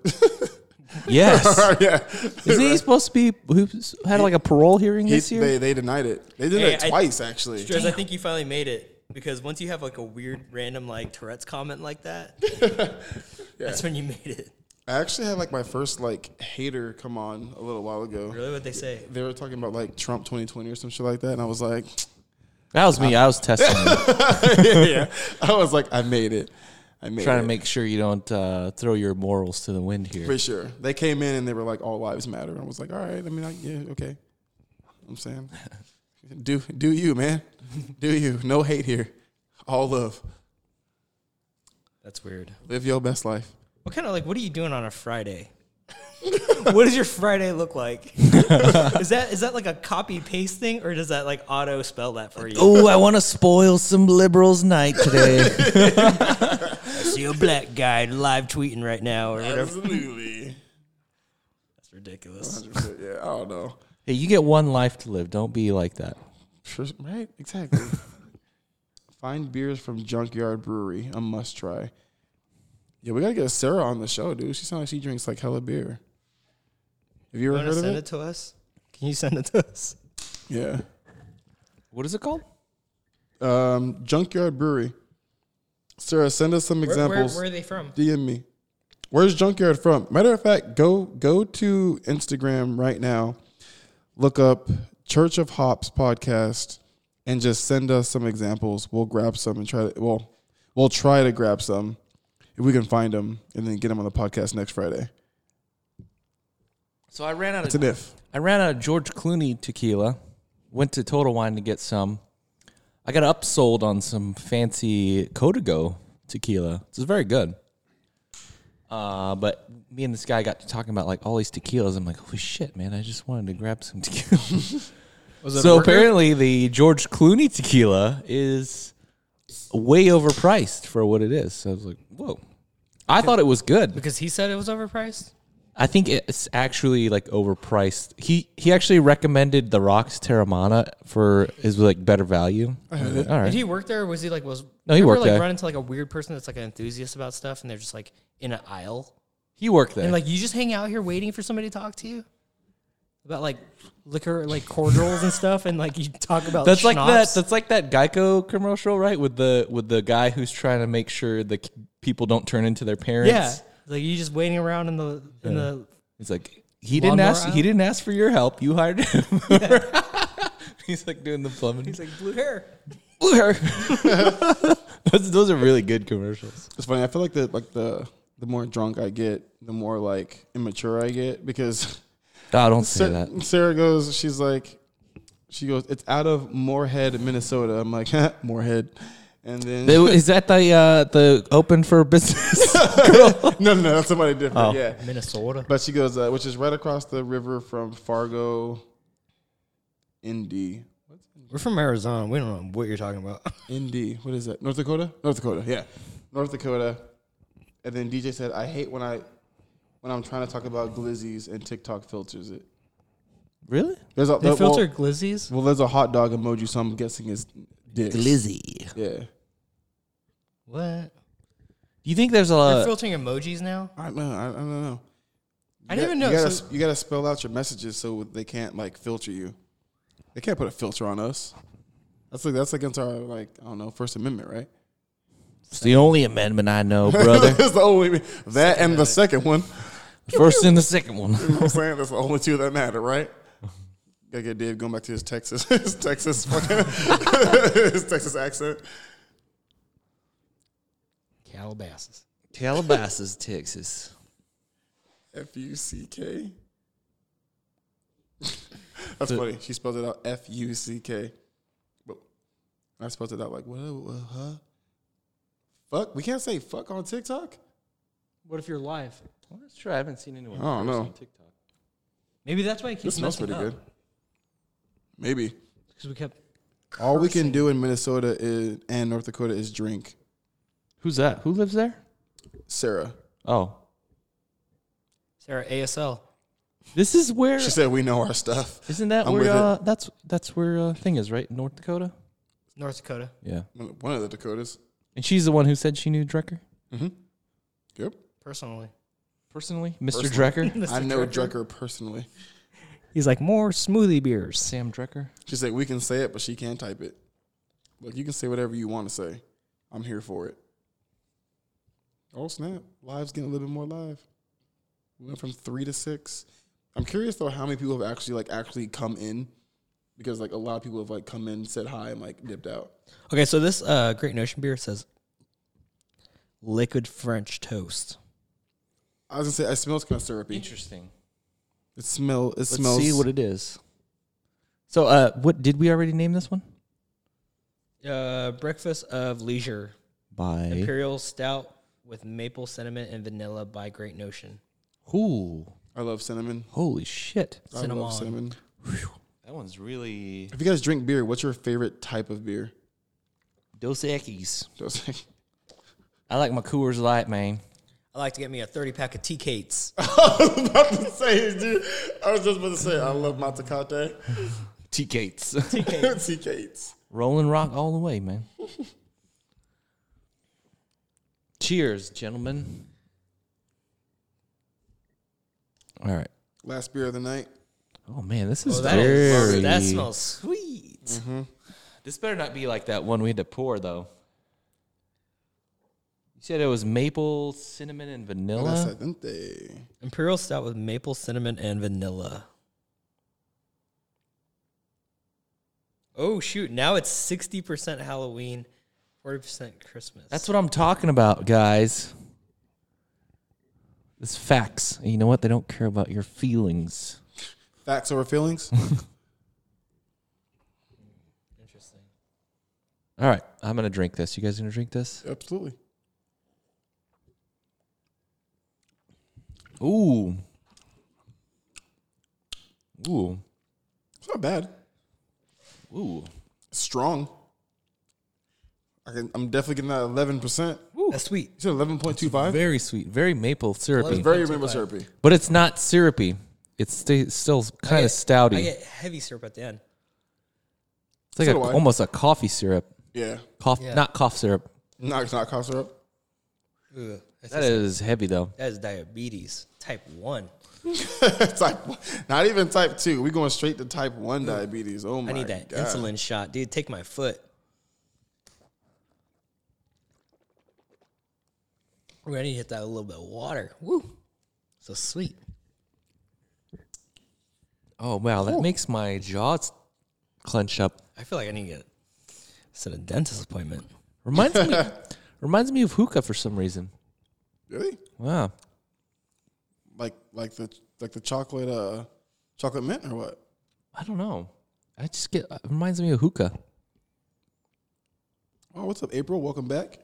Yes. yeah. Isn't he supposed to be who had like a parole hearing He- this year? they, they denied it. They did Hey, it I- twice, actually. Drez, I think you finally made it because once you have like a weird random like Tourette's comment like that, that's when you made it. I actually had like my first like hater come on a little while ago. Really, what they say? They were talking about like Trump 2020 or some shit like that, and I was like, that was me. I was testing, you, yeah, I was like, I made it. I made trying it. to make sure you don't uh, throw your morals to the wind here. for sure. They came in and they were like, all lives matter. And I was like, all right. I mean, I, yeah, okay. I'm saying, do do you, man? Do you? No hate here. All love. That's weird. Live your best life. What kind of like what are you doing on a Friday? what does your Friday look like? is that is that like a copy paste thing or does that like auto spell that for you? Oh, I want to spoil some liberals' night today. I see a black guy live tweeting right now or whatever. Absolutely. That's ridiculous. yeah, I don't know. hey, you get one life to live. Don't be like that. Sure, right? Exactly. Find beers from Junkyard Brewery. A must try. Yeah, we gotta get Sarah on the show, dude. She sounds like she drinks like hella beer. Have you ever You want to heard of send it? it to us? Can you send it to us? Yeah. What is it called? Um, Junkyard Brewery. Sarah, send us some examples. are they from? DM me. Where's Junkyard from? Matter of fact, go go to Instagram right now, look up Church of Hops podcast, and just send us some examples. We'll grab some and try to well, we'll try to grab some if we can find them, and then get them on the podcast next Friday. So I ran out It's an if. I ran out of George Clooney tequila. Went to Total Wine to get some. I got upsold on some fancy Codigo tequila. This is very good. Uh, but me and this guy got to talking about like all these tequilas. I'm like, holy shit, man! I just wanted to grab some tequila. Was so apparently, the George Clooney tequila is way overpriced for what it is. So I was like, whoa. I thought it was good. because he said it was overpriced. I think it's actually like overpriced. He he actually recommended the Rocks Terramana for is like better value. All Did right. Uh, he work there? or Was he like was? No, he you ever, worked like, there. Run into like a weird person that's like an enthusiast about stuff, and they're just like in an aisle, He worked there. and like you just hang out here waiting for somebody to talk to you about like liquor, like cordials and stuff, and like you talk about that's like that. schnapps. That's like that Geico commercial, right? With the with the guy who's trying to make sure the k- people don't turn into their parents. yeah, like you just waiting around in the in the. He's like, he didn't Lawnmower ask. He aisle? didn't ask for your help. You hired him. He's like doing the plumbing. He's like blue hair. those, those are really good commercials. It's funny. I feel like the like the the more drunk I get, the more like immature I get because. Oh, don't say Sarah, that. Sarah goes, she's like, she goes, it's out of Moorhead, Minnesota. I'm like, Moorhead. And then, They- Is that the uh, the open for business? no, no, no, that's somebody different. Yeah. Minnesota. But she goes, uh, which is right across the river from Fargo, Indy. We're from Arizona. We don't know what you're talking about. Indy. What is that? North Dakota? North Dakota. Yeah. North Dakota. And then DJ said, I hate when I. When I'm trying to talk about glizzies and TikTok filters it. really? There's a They well- filter glizzies. Well, there's a hot dog emoji, so I'm guessing it's dicks. Glizzy. Yeah. What? Do you think there's a Uh, They're filtering emojis now. I don't know. I, I don't know. I didn't even know. You gotta, so- you gotta spell out your messages so they can't like filter you. They can't put a filter on us. That's like that's against our like I don't know First Amendment, right? It's the only amendment I know, brother. that's the only that and the second one. First and the second one. You know what I'm saying that's the only two that matter, right? Gotta get Dave going back to his Texas, his Texas, fucking, his Texas accent. Calabasas. Calabasas, Texas. F U C K. That's funny. She spelled it out F U C K. But I spelled it out like what? what huh? Fuck. We can't say fuck on TikTok. What if you're live? Well, that's true. I haven't seen anyone. I don't know. on TikTok? Maybe that's why it This keeps smells messing pretty up. good. Maybe. Because we kept. All we can do in Minnesota is, and North Dakota is drink. Who's that? Who lives there? Sarah. Oh, Sarah ASL. this is where. She said we know our stuff. Isn't that I'm where? with it. Uh, that's that's where uh, thing is, right? North Dakota. North Dakota. Yeah. One one of the Dakotas. And she's the one who said she knew Drecker Mm-hmm. Yep. Personally, personally, Mr. Drecker, I know Drucker personally. he's like more smoothie beers. Sam Drecker. She said we can say it, but she can't type it. Look, you can say whatever you want to say. I'm here for it. Oh snap! Live's getting a little bit more live. We went from three to six. I'm curious though how many people have actually like actually come in, because like a lot of people have like come in, said hi, and like dipped out. Okay, so this uh, Great Notion beer says liquid French toast. I was gonna say it smells kind of syrupy. Interesting. It smell. It Let's smells. see what it is. So, uh, what did we already name this one? Uh, breakfast of leisure. By Imperial stout with maple cinnamon and vanilla by Great Notion. who? I love cinnamon. Holy shit! I Cinnamon. love cinnamon. That one's really If you guys drink beer, what's your favorite type of beer? Dos Equis. Just like- I like my Coors Light, man. I like to get me a 30 pack of tea cakes. I was about to say, dude. I was just about to say, I love Matacate. T Gates. T Gates. Rolling Rock all the way, man. Cheers, gentlemen. All right. Last beer of the night. Oh man, this is Oh, that, very. Mm-hmm. is, that smells sweet. Mm-hmm. This better not be like that one we had to pour though. You said it was maple, cinnamon, and vanilla. Asadente. Imperial stout with maple cinnamon and vanilla. Oh shoot, now it's 60% Halloween, 40% Christmas. That's what I'm talking about, guys. It's facts. And you know what? They don't care about your feelings. Facts over feelings. interesting. All right, I'm gonna drink this. You guys gonna drink this? Absolutely. Ooh. Ooh. It's not bad. Ooh. It's strong. I can, I'm definitely getting that 11%. You That's sweet. said 11.25? Very sweet. Very maple syrupy. Very rainbow syrupy. But it's not syrupy. It's sta- still kind of I stouty. get heavy syrup at the end. It's like So a, do I. almost a coffee syrup. Yeah. Cough, Yeah. not cough syrup. Knock, knock, cough syrup. Ugh, that's That is heavy though. that is diabetes type 1. type, one- not even type 2. We're going straight to type 1 diabetes. Oh my I need that God. insulin shot. Dude, take my foot. We're gonna need to hit that with a little bit of water. Woo. So sweet. Oh wow, that makes my jaws clench up. I feel like I need to get set a dentist appointment. Reminds me, reminds me of hookah for some reason. Really? Wow, Like, like the like the chocolate uh chocolate mint or what? I don't know. I just get it reminds me of hookah. Oh, what's up, April? Welcome back.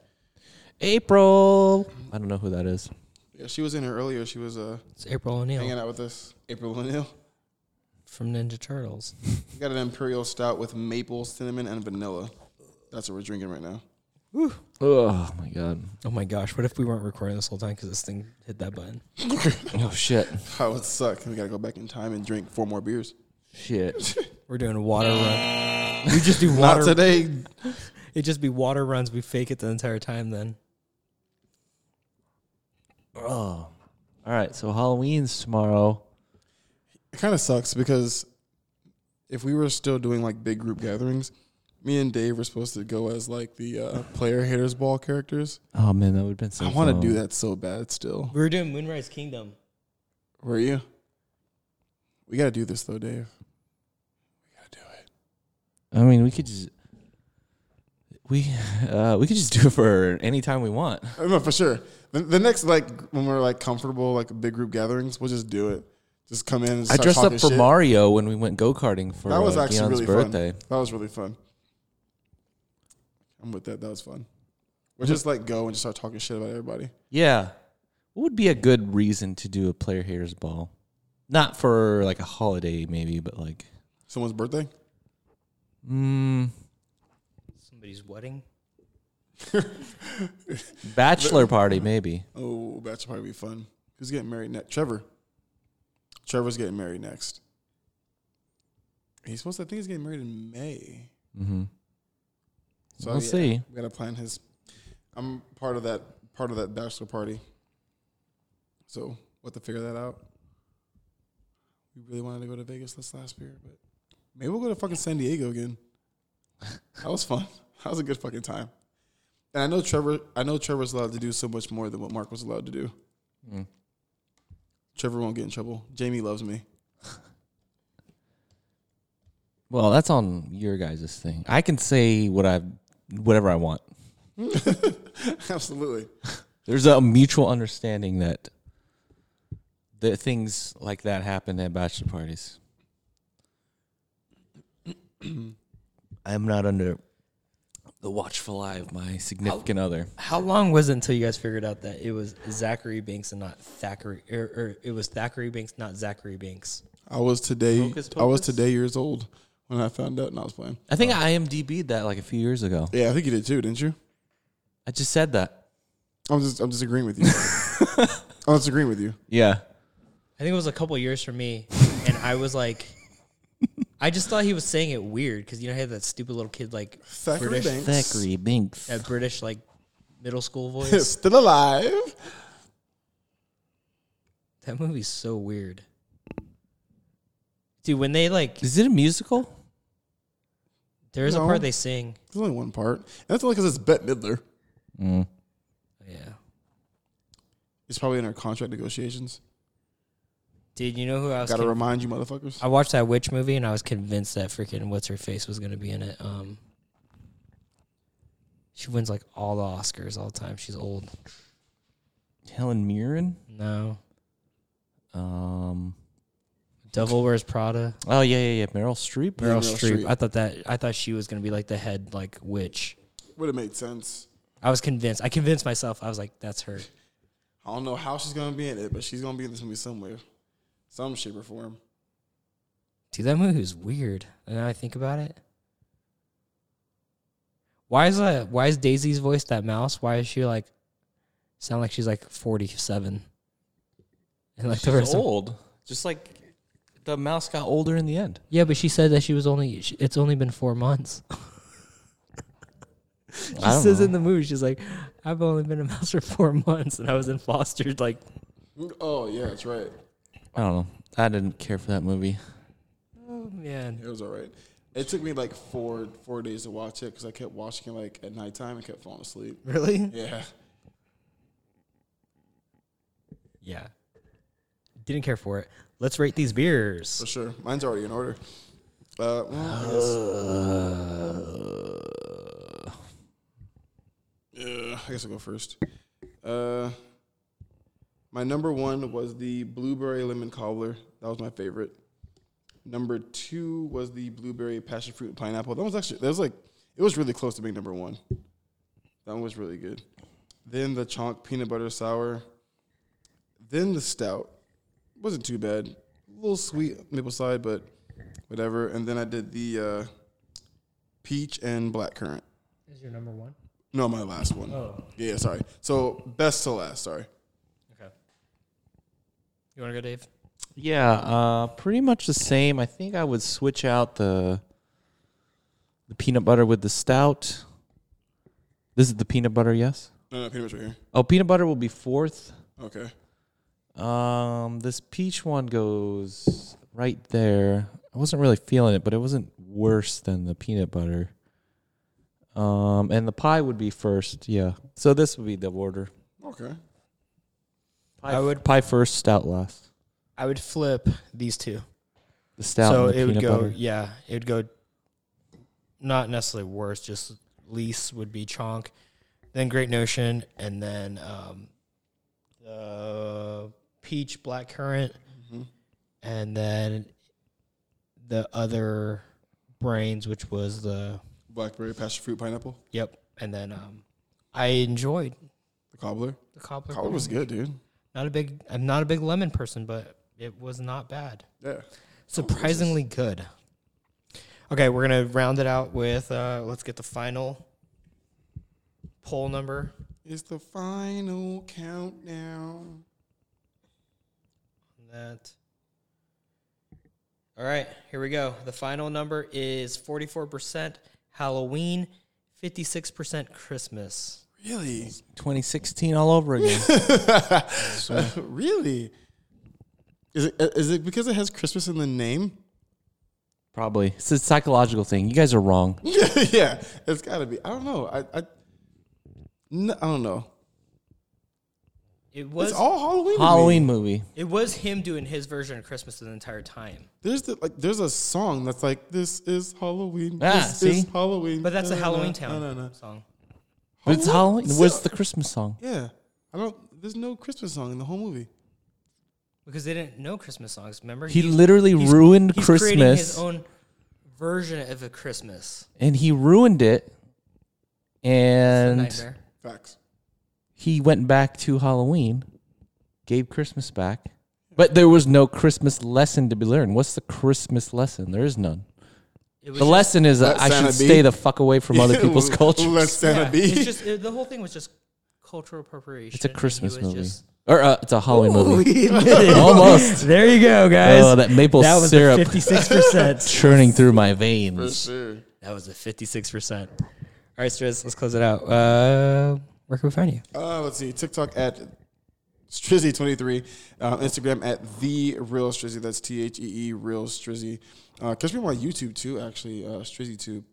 April. I don't know who that is. Yeah, she was in here earlier. She was uh It's April hanging O'Neil out with us. April O'Neil. from Ninja Turtles. We got an imperial stout with maple, cinnamon, and vanilla. That's what we're drinking right now. Oh my god. Oh my gosh, what if we weren't recording this whole time because this thing hit that button? Oh shit. That would suck. We gotta go back in time and drink four more beers. Shit. We're doing water run. We just do water. Not today. It'd just be water runs. We fake it the entire time then. Oh. All right, so Halloween's tomorrow. It kind of sucks because if we were still doing like big group gatherings, me and Dave were supposed to go as like the uh, player haters ball characters. Oh man, that would have been so. I want fun. to do that so bad still. We were doing Moonrise Kingdom. Were you? We got to do this though, Dave. We got to do it. I mean, we could just we uh, we could just do it for any time we want. I know for sure. The, the next like when we're like comfortable like big group gatherings, we'll just do it. Just come in. And I start dressed up talking for shit. Mario when we went go karting for That was uh, actually Keon's really fun. birthday. That was really fun. I'm with that. That was fun. Or just like go and just start talking shit about everybody. Yeah, what would be a good reason to do a player haters ball? Not for like a holiday, maybe, but like, Someone's birthday. mm, Somebody's wedding. bachelor party, maybe. Oh, that's probably be fun. Who's getting married next? Trevor. Trevor's getting married next. He's supposed to. I think he's getting married in May. Mm-hmm. So We'll see. We gotta plan his. I'm part of that part of that bachelor party. So we'll have to figure that out. We really wanted to go to Vegas this last year, but maybe we'll go to fucking San Diego again. That was fun. That was a good fucking time. And I know Trevor. I know Trevor's allowed to do so much more than what Mark was allowed to do. Mm. Trevor won't get in trouble. Jamie loves me. Well, that's on your guys' thing. I can say what I whatever I want. Absolutely. There's a mutual understanding that that things like that happen at bachelor parties. I'm not under the watchful eye of my significant other. How long was it until you guys figured out that it was Zachary Banks and not Thackeray, or, or it was Thackeray Banks, not Zachary Banks? I was today. Hocus I was pocus? today years old when I found out, and I was playing. I think I IMDb'd that like a few years ago. Yeah, I think you did too, didn't you? I just said that. I'm just I'm just agreeing with you. I'm just agreeing with you. Yeah. I think it was a couple years for me, and I was like, I just thought he was saying it weird because you know he had that stupid little kid like Thackeray British, Banks Thackeray Binks. that British like middle school is voice. still alive. that movie's so weird, dude. When they like, Is it a musical? there is a No. part they sing. There's only one part. And that's only because it's Bette Midler. Mm. Yeah, It's probably in our contract negotiations. dude. You know who I was? Got to conv- remind you, motherfuckers. I watched that witch movie, and I was convinced that freaking what's her face was gonna be in it. Um, she wins like all the Oscars all the time. She's old. Helen Mirren? No, Um Devil Wears Prada. Oh yeah, yeah, yeah. Meryl Streep. Yeah, Meryl Meryl Streep. Streep. I thought that I thought she was gonna be like the head like witch. Would have made sense. I was convinced. I convinced myself. I was like, that's her. I don't know how she's gonna be in it, but she's gonna be in this movie somewhere, some shape or form. Dude, that movie was weird. And now I think about it. Why is that why is Daisy's voice that mouse? Why is she like sound like she's like forty seven? And like the She's rest of- old. Just like the mouse got older in the end. Yeah, but she said that she was only she- it's only been four months. she I don't says in know. the movie, she's like, I've only been a mouse for four months and I was in foster like Oh yeah, that's right. I don't know. I didn't care for that movie. oh man. It was all right. It took me like four four days to watch it because I kept watching it like at nighttime and kept falling asleep. Really? Yeah. Yeah. Didn't care for it. Let's rate these beers. For sure. Mine's already in order. Uh, well, I, guess, Yeah, I guess I'll go first. Uh, my number one was the blueberry lemon cobbler. That was my favorite. Number two was the blueberry passion fruit and pineapple. That was actually that was like it was really close to being number one. That one was really good. Then the chonk peanut butter sour. Then the stout wasn't too bad. A little sweet maple side, but whatever. And then I did the uh, peach and black currant. Is your number one? No, my last one. Oh. Yeah, yeah, sorry. So best to last. Sorry. Okay. You wanna go, Dave? Yeah, uh, pretty much the same. I think I would switch out the the peanut butter with the stout. This is the peanut butter, yes. No, no, peanut butter right here. Oh, peanut butter will be fourth. Okay. Um, this peach one goes right there. I wasn't really feeling it, but it wasn't worse than the peanut butter. Um, and the pie would be first, yeah. So this would be the order. Okay. Pie, I would- pie first, stout last. I would flip these two. The stout. so and the it would peanut go, butter. yeah, it would go not necessarily worse, just least would be Chonk, then Great Notion, and then um, the Peach Black Currant, and then the other Brains, which was the, Blackberry, passion fruit, pineapple, yep, and then um, I enjoyed the cobbler. the cobbler. Cobbler was Brown. good, dude. Not a big, I'm not a big lemon person, but it was not bad. Yeah. surprisingly good. Okay, we're gonna round it out with uh, let's get the final poll number It's the final countdown. on that. All right, here we go. The final number is forty four percent Halloween, fifty six percent Christmas. Really? 2016 all over again. really? Is it uh, is it because it has Christmas in the name? Probably. It's a psychological thing. You guys are wrong. yeah, it's got to be. I don't know. I I n- I don't know. It was it's all Halloween. to me. Halloween movie. it was him doing his version of Christmas the entire time, There's the, like there's a song that's like this is Halloween. Ah, this see? is Halloween. but that's a No, no, Halloween no, Town No, no, no. song. But it's Halloween. So- Where's the Christmas song? Yeah, I don't. There's no Christmas song in the whole movie. because they didn't know Christmas songs. Remember, He He's- literally he's- ruined he's Christmas. creating his own version of a Christmas. and he ruined it. It's a And nightmare. Facts. he went back to Halloween, gave Christmas back, but there was no Christmas lesson to be learned. What's the Christmas lesson? There is none. It was The just- lesson is that Let I Santa should be. stay the fuck away from other people's Let cultures. Santa yeah, be. It's just it- the whole thing was just cultural appropriation. It's a and he Christmas was movie, just- or uh, it's a Halloween movie. Almost. There you go, guys. Oh, that maple that was syrup fifty-six percent. churning through my veins. that was a fifty-six percent. All right, Striz, let's close it out. Uh, where can we find you? Uh, let's see. TikTok at Strizzy23. Uh, Instagram at the real Strizzy. That's T H E E real Strizzy. Uh, catch me on my YouTube too. Actually, uh, StrizzyTube.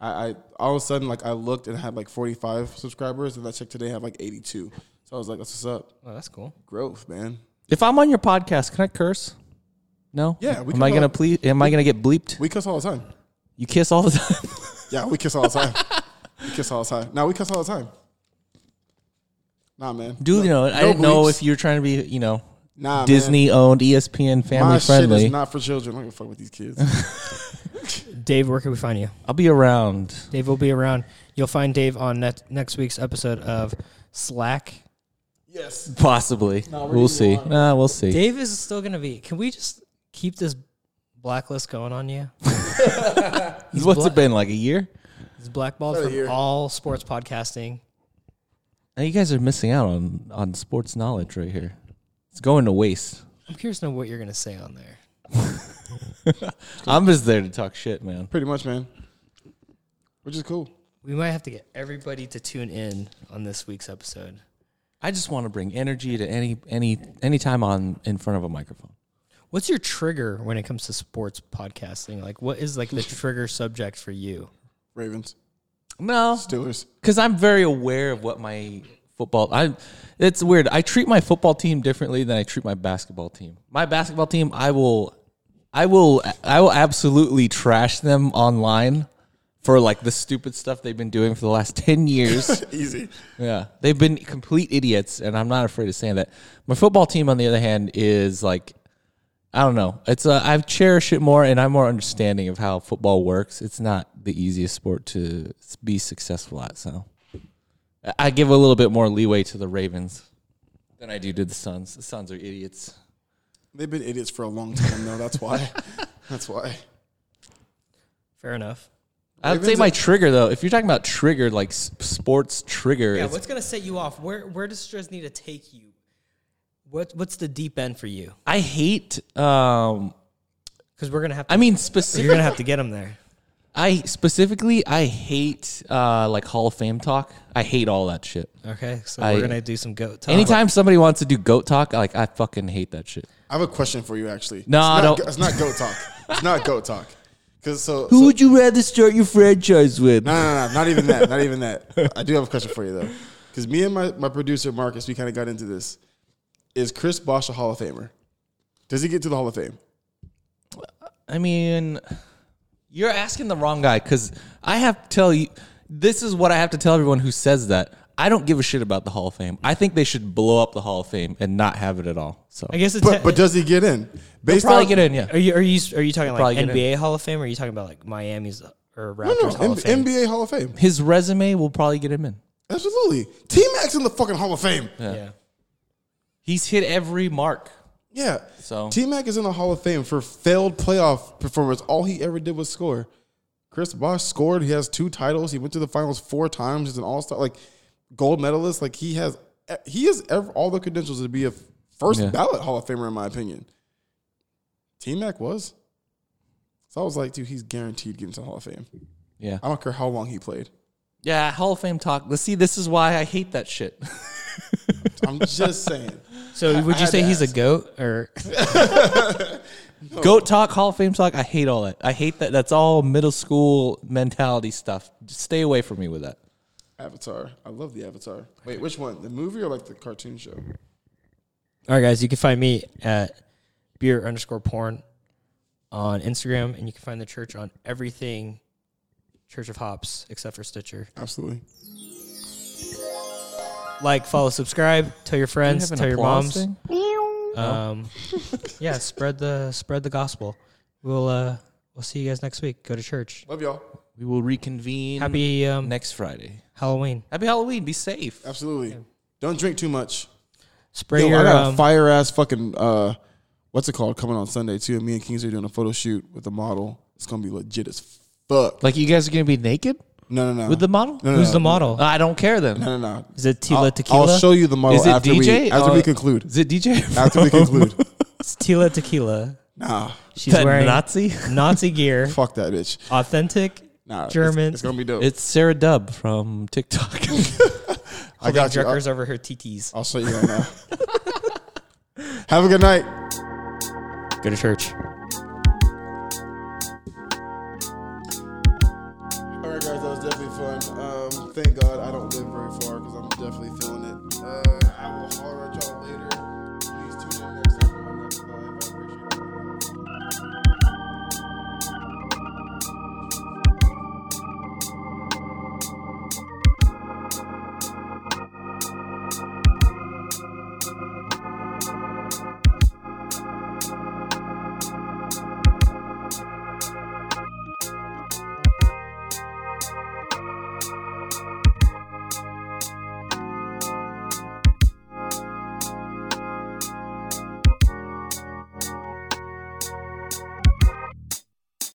I, I all of a sudden like I looked and had like 45 subscribers, and I checked today I have like 82. So I was like, "That's what's up? Oh, that's cool. Growth, man." If I'm on your podcast, can I curse? No. Yeah, we am can I gonna all- please? Am I gonna get bleeped? We cuss all the time. You kiss all the time. Yeah, we kiss all the time. we kiss all the time. Now we cuss all the time. Nah, man. Do you know? I no didn't know bleeps. if you were trying to be, you know, E Nah, man. Disney owned, ESPN family My friendly. shit is not for children. I'm gonna fuck with these kids. Dave, where can we find you? I'll be around. Dave will be around. You'll find Dave on net, next week's episode of Slack. yes. Possibly. we'll see. Nah, we'll see. Dave is still gonna be. Can we just keep this blacklist going on you? What's bla- it been like a year? He's blackballed About a from year. all sports podcasting. Now you guys are missing out on on sports knowledge right here. It's going to waste. I'm curious to know what you're gonna say on there. I'm just there to talk shit, man. Pretty much, man. Which is cool. We might have to get everybody to tune in on this week's episode. I just want to bring energy to any any any time on in front of a microphone. What's your trigger when it comes to sports podcasting? Like, what is like the trigger subject for you? Ravens, No, Steelers. because I'm very aware of what my football. I it's weird. I treat my football team differently than I treat my basketball team. My basketball team, I will, I will, I will absolutely trash them online for like the stupid stuff they've been doing for the last ten years. Easy. Yeah, they've been complete idiots, and I'm not afraid of saying that. My football team, on the other hand, is like, I don't know. It's uh, I cherish it more, and I'm more understanding of how football works. It's not the easiest sport to s- be successful at, so I- I give a little bit more leeway to the Ravens than I do to the Suns. The Suns are idiots. They've been idiots for a long time, though. That's why. That's why. Fair enough. I'd say Ravens my are- trigger though. If you're talking about trigger, like s- sports trigger, Yeah, it's what's gonna set you off? Where where does stress need to take you? What what's the deep end for you? I hate. um Because we're gonna have. To, I mean, specifically. you're gonna have to get them there. I specifically I hate uh, like Hall of Fame talk. I hate all that shit. Okay, so I- we're gonna do some goat talk. Anytime somebody wants to do goat talk, like I fucking hate that shit. I have a question for you, actually. No, it's not, don't. go- It's not goat talk. it's not goat talk. Because so, so- would you rather start your franchise with? no, no, no, not even that. Not even that. I do have a question for you though, because me and my, my producer Marcus, we kind of got into this. Is Chris Bosh a Hall of Famer? Does he get to the Hall of Fame? I mean, you're asking the wrong guy because I have to tell you, this is what I have to tell everyone who says that. I don't give a shit about the Hall of Fame. I think they should blow up the Hall of Fame and not have it at all. So I guess it's But but does he get in? Based probably on- get in, yeah. are you are you are you talking probably like get in. NBA Hall of Fame? Or are you talking about like Miami's uh, or Raptors No, no, Hall N- of Fame? NBA Hall of Fame. His resume will probably get him in. Absolutely. T Mac's in the fucking Hall of Fame. Yeah. yeah. He's hit every mark. So- T Mac is in the Hall of Fame for failed playoff performance. All he ever did was score. Chris Bosh scored. He has two titles. He went to the finals four times. He's an all star, like gold medalist. Like he has, he has ev- all the credentials to be a first Yeah. ballot Hall of Famer, in my opinion. T Mac was. So I was like, dude, he's guaranteed getting to the Hall of Fame. Yeah. I don't care how long he played. Yeah, Hall of Fame talk. Let's see, this is why I hate that shit. I'm just saying. So would you had say to he's a ask. goat or Goat talk, Hall of Fame talk. I hate all that. I hate that. That's all middle school mentality stuff. Just stay away from me with that. Avatar. I love the Avatar. Wait, which one? The movie or like the cartoon show? All right, guys, you can find me at beer underscore porn on Instagram, and you can find the church on everything Church of Hops except for Stitcher. Absolutely. Like, follow, subscribe, tell your Do you friends, have an tell your applause moms. thing? Oh. Um, yeah, spread the spread the gospel. We'll uh, we'll see you guys next week. Go to church. Love y'all. We will reconvene Happy um, next Friday. Halloween. Happy Halloween. Be safe. Absolutely. Don't drink too much. Spray Yo, I your got a um, fire ass fucking uh, what's it called coming on Sunday too. And me and Kingsley are doing a photo shoot with a model. It's gonna be legit as fuck. Like you guys are gonna be naked No, no, no. with the model? no, no, who's no, the model? I don't care then. No, no, no. Is it I'll, Tila Tequila? I'll show you the model Is it after we DJ? after Uh, we conclude. Is it DJ? After we conclude. It's Tila Tequila. Nah, She's That wearing Nazi. Nazi gear, fuck that bitch. authentic Nah, it's- German. It's, gonna be dope. It's Sarah Dubb from TikTok. I got you. I'll, Druckers over her TTs. I'll show you right now. Have a good night. Go to church. All right, guys, that was definitely fun. Um, thank God I don't live very far because I'm definitely feeling it. Uh, I will holler at y'all later.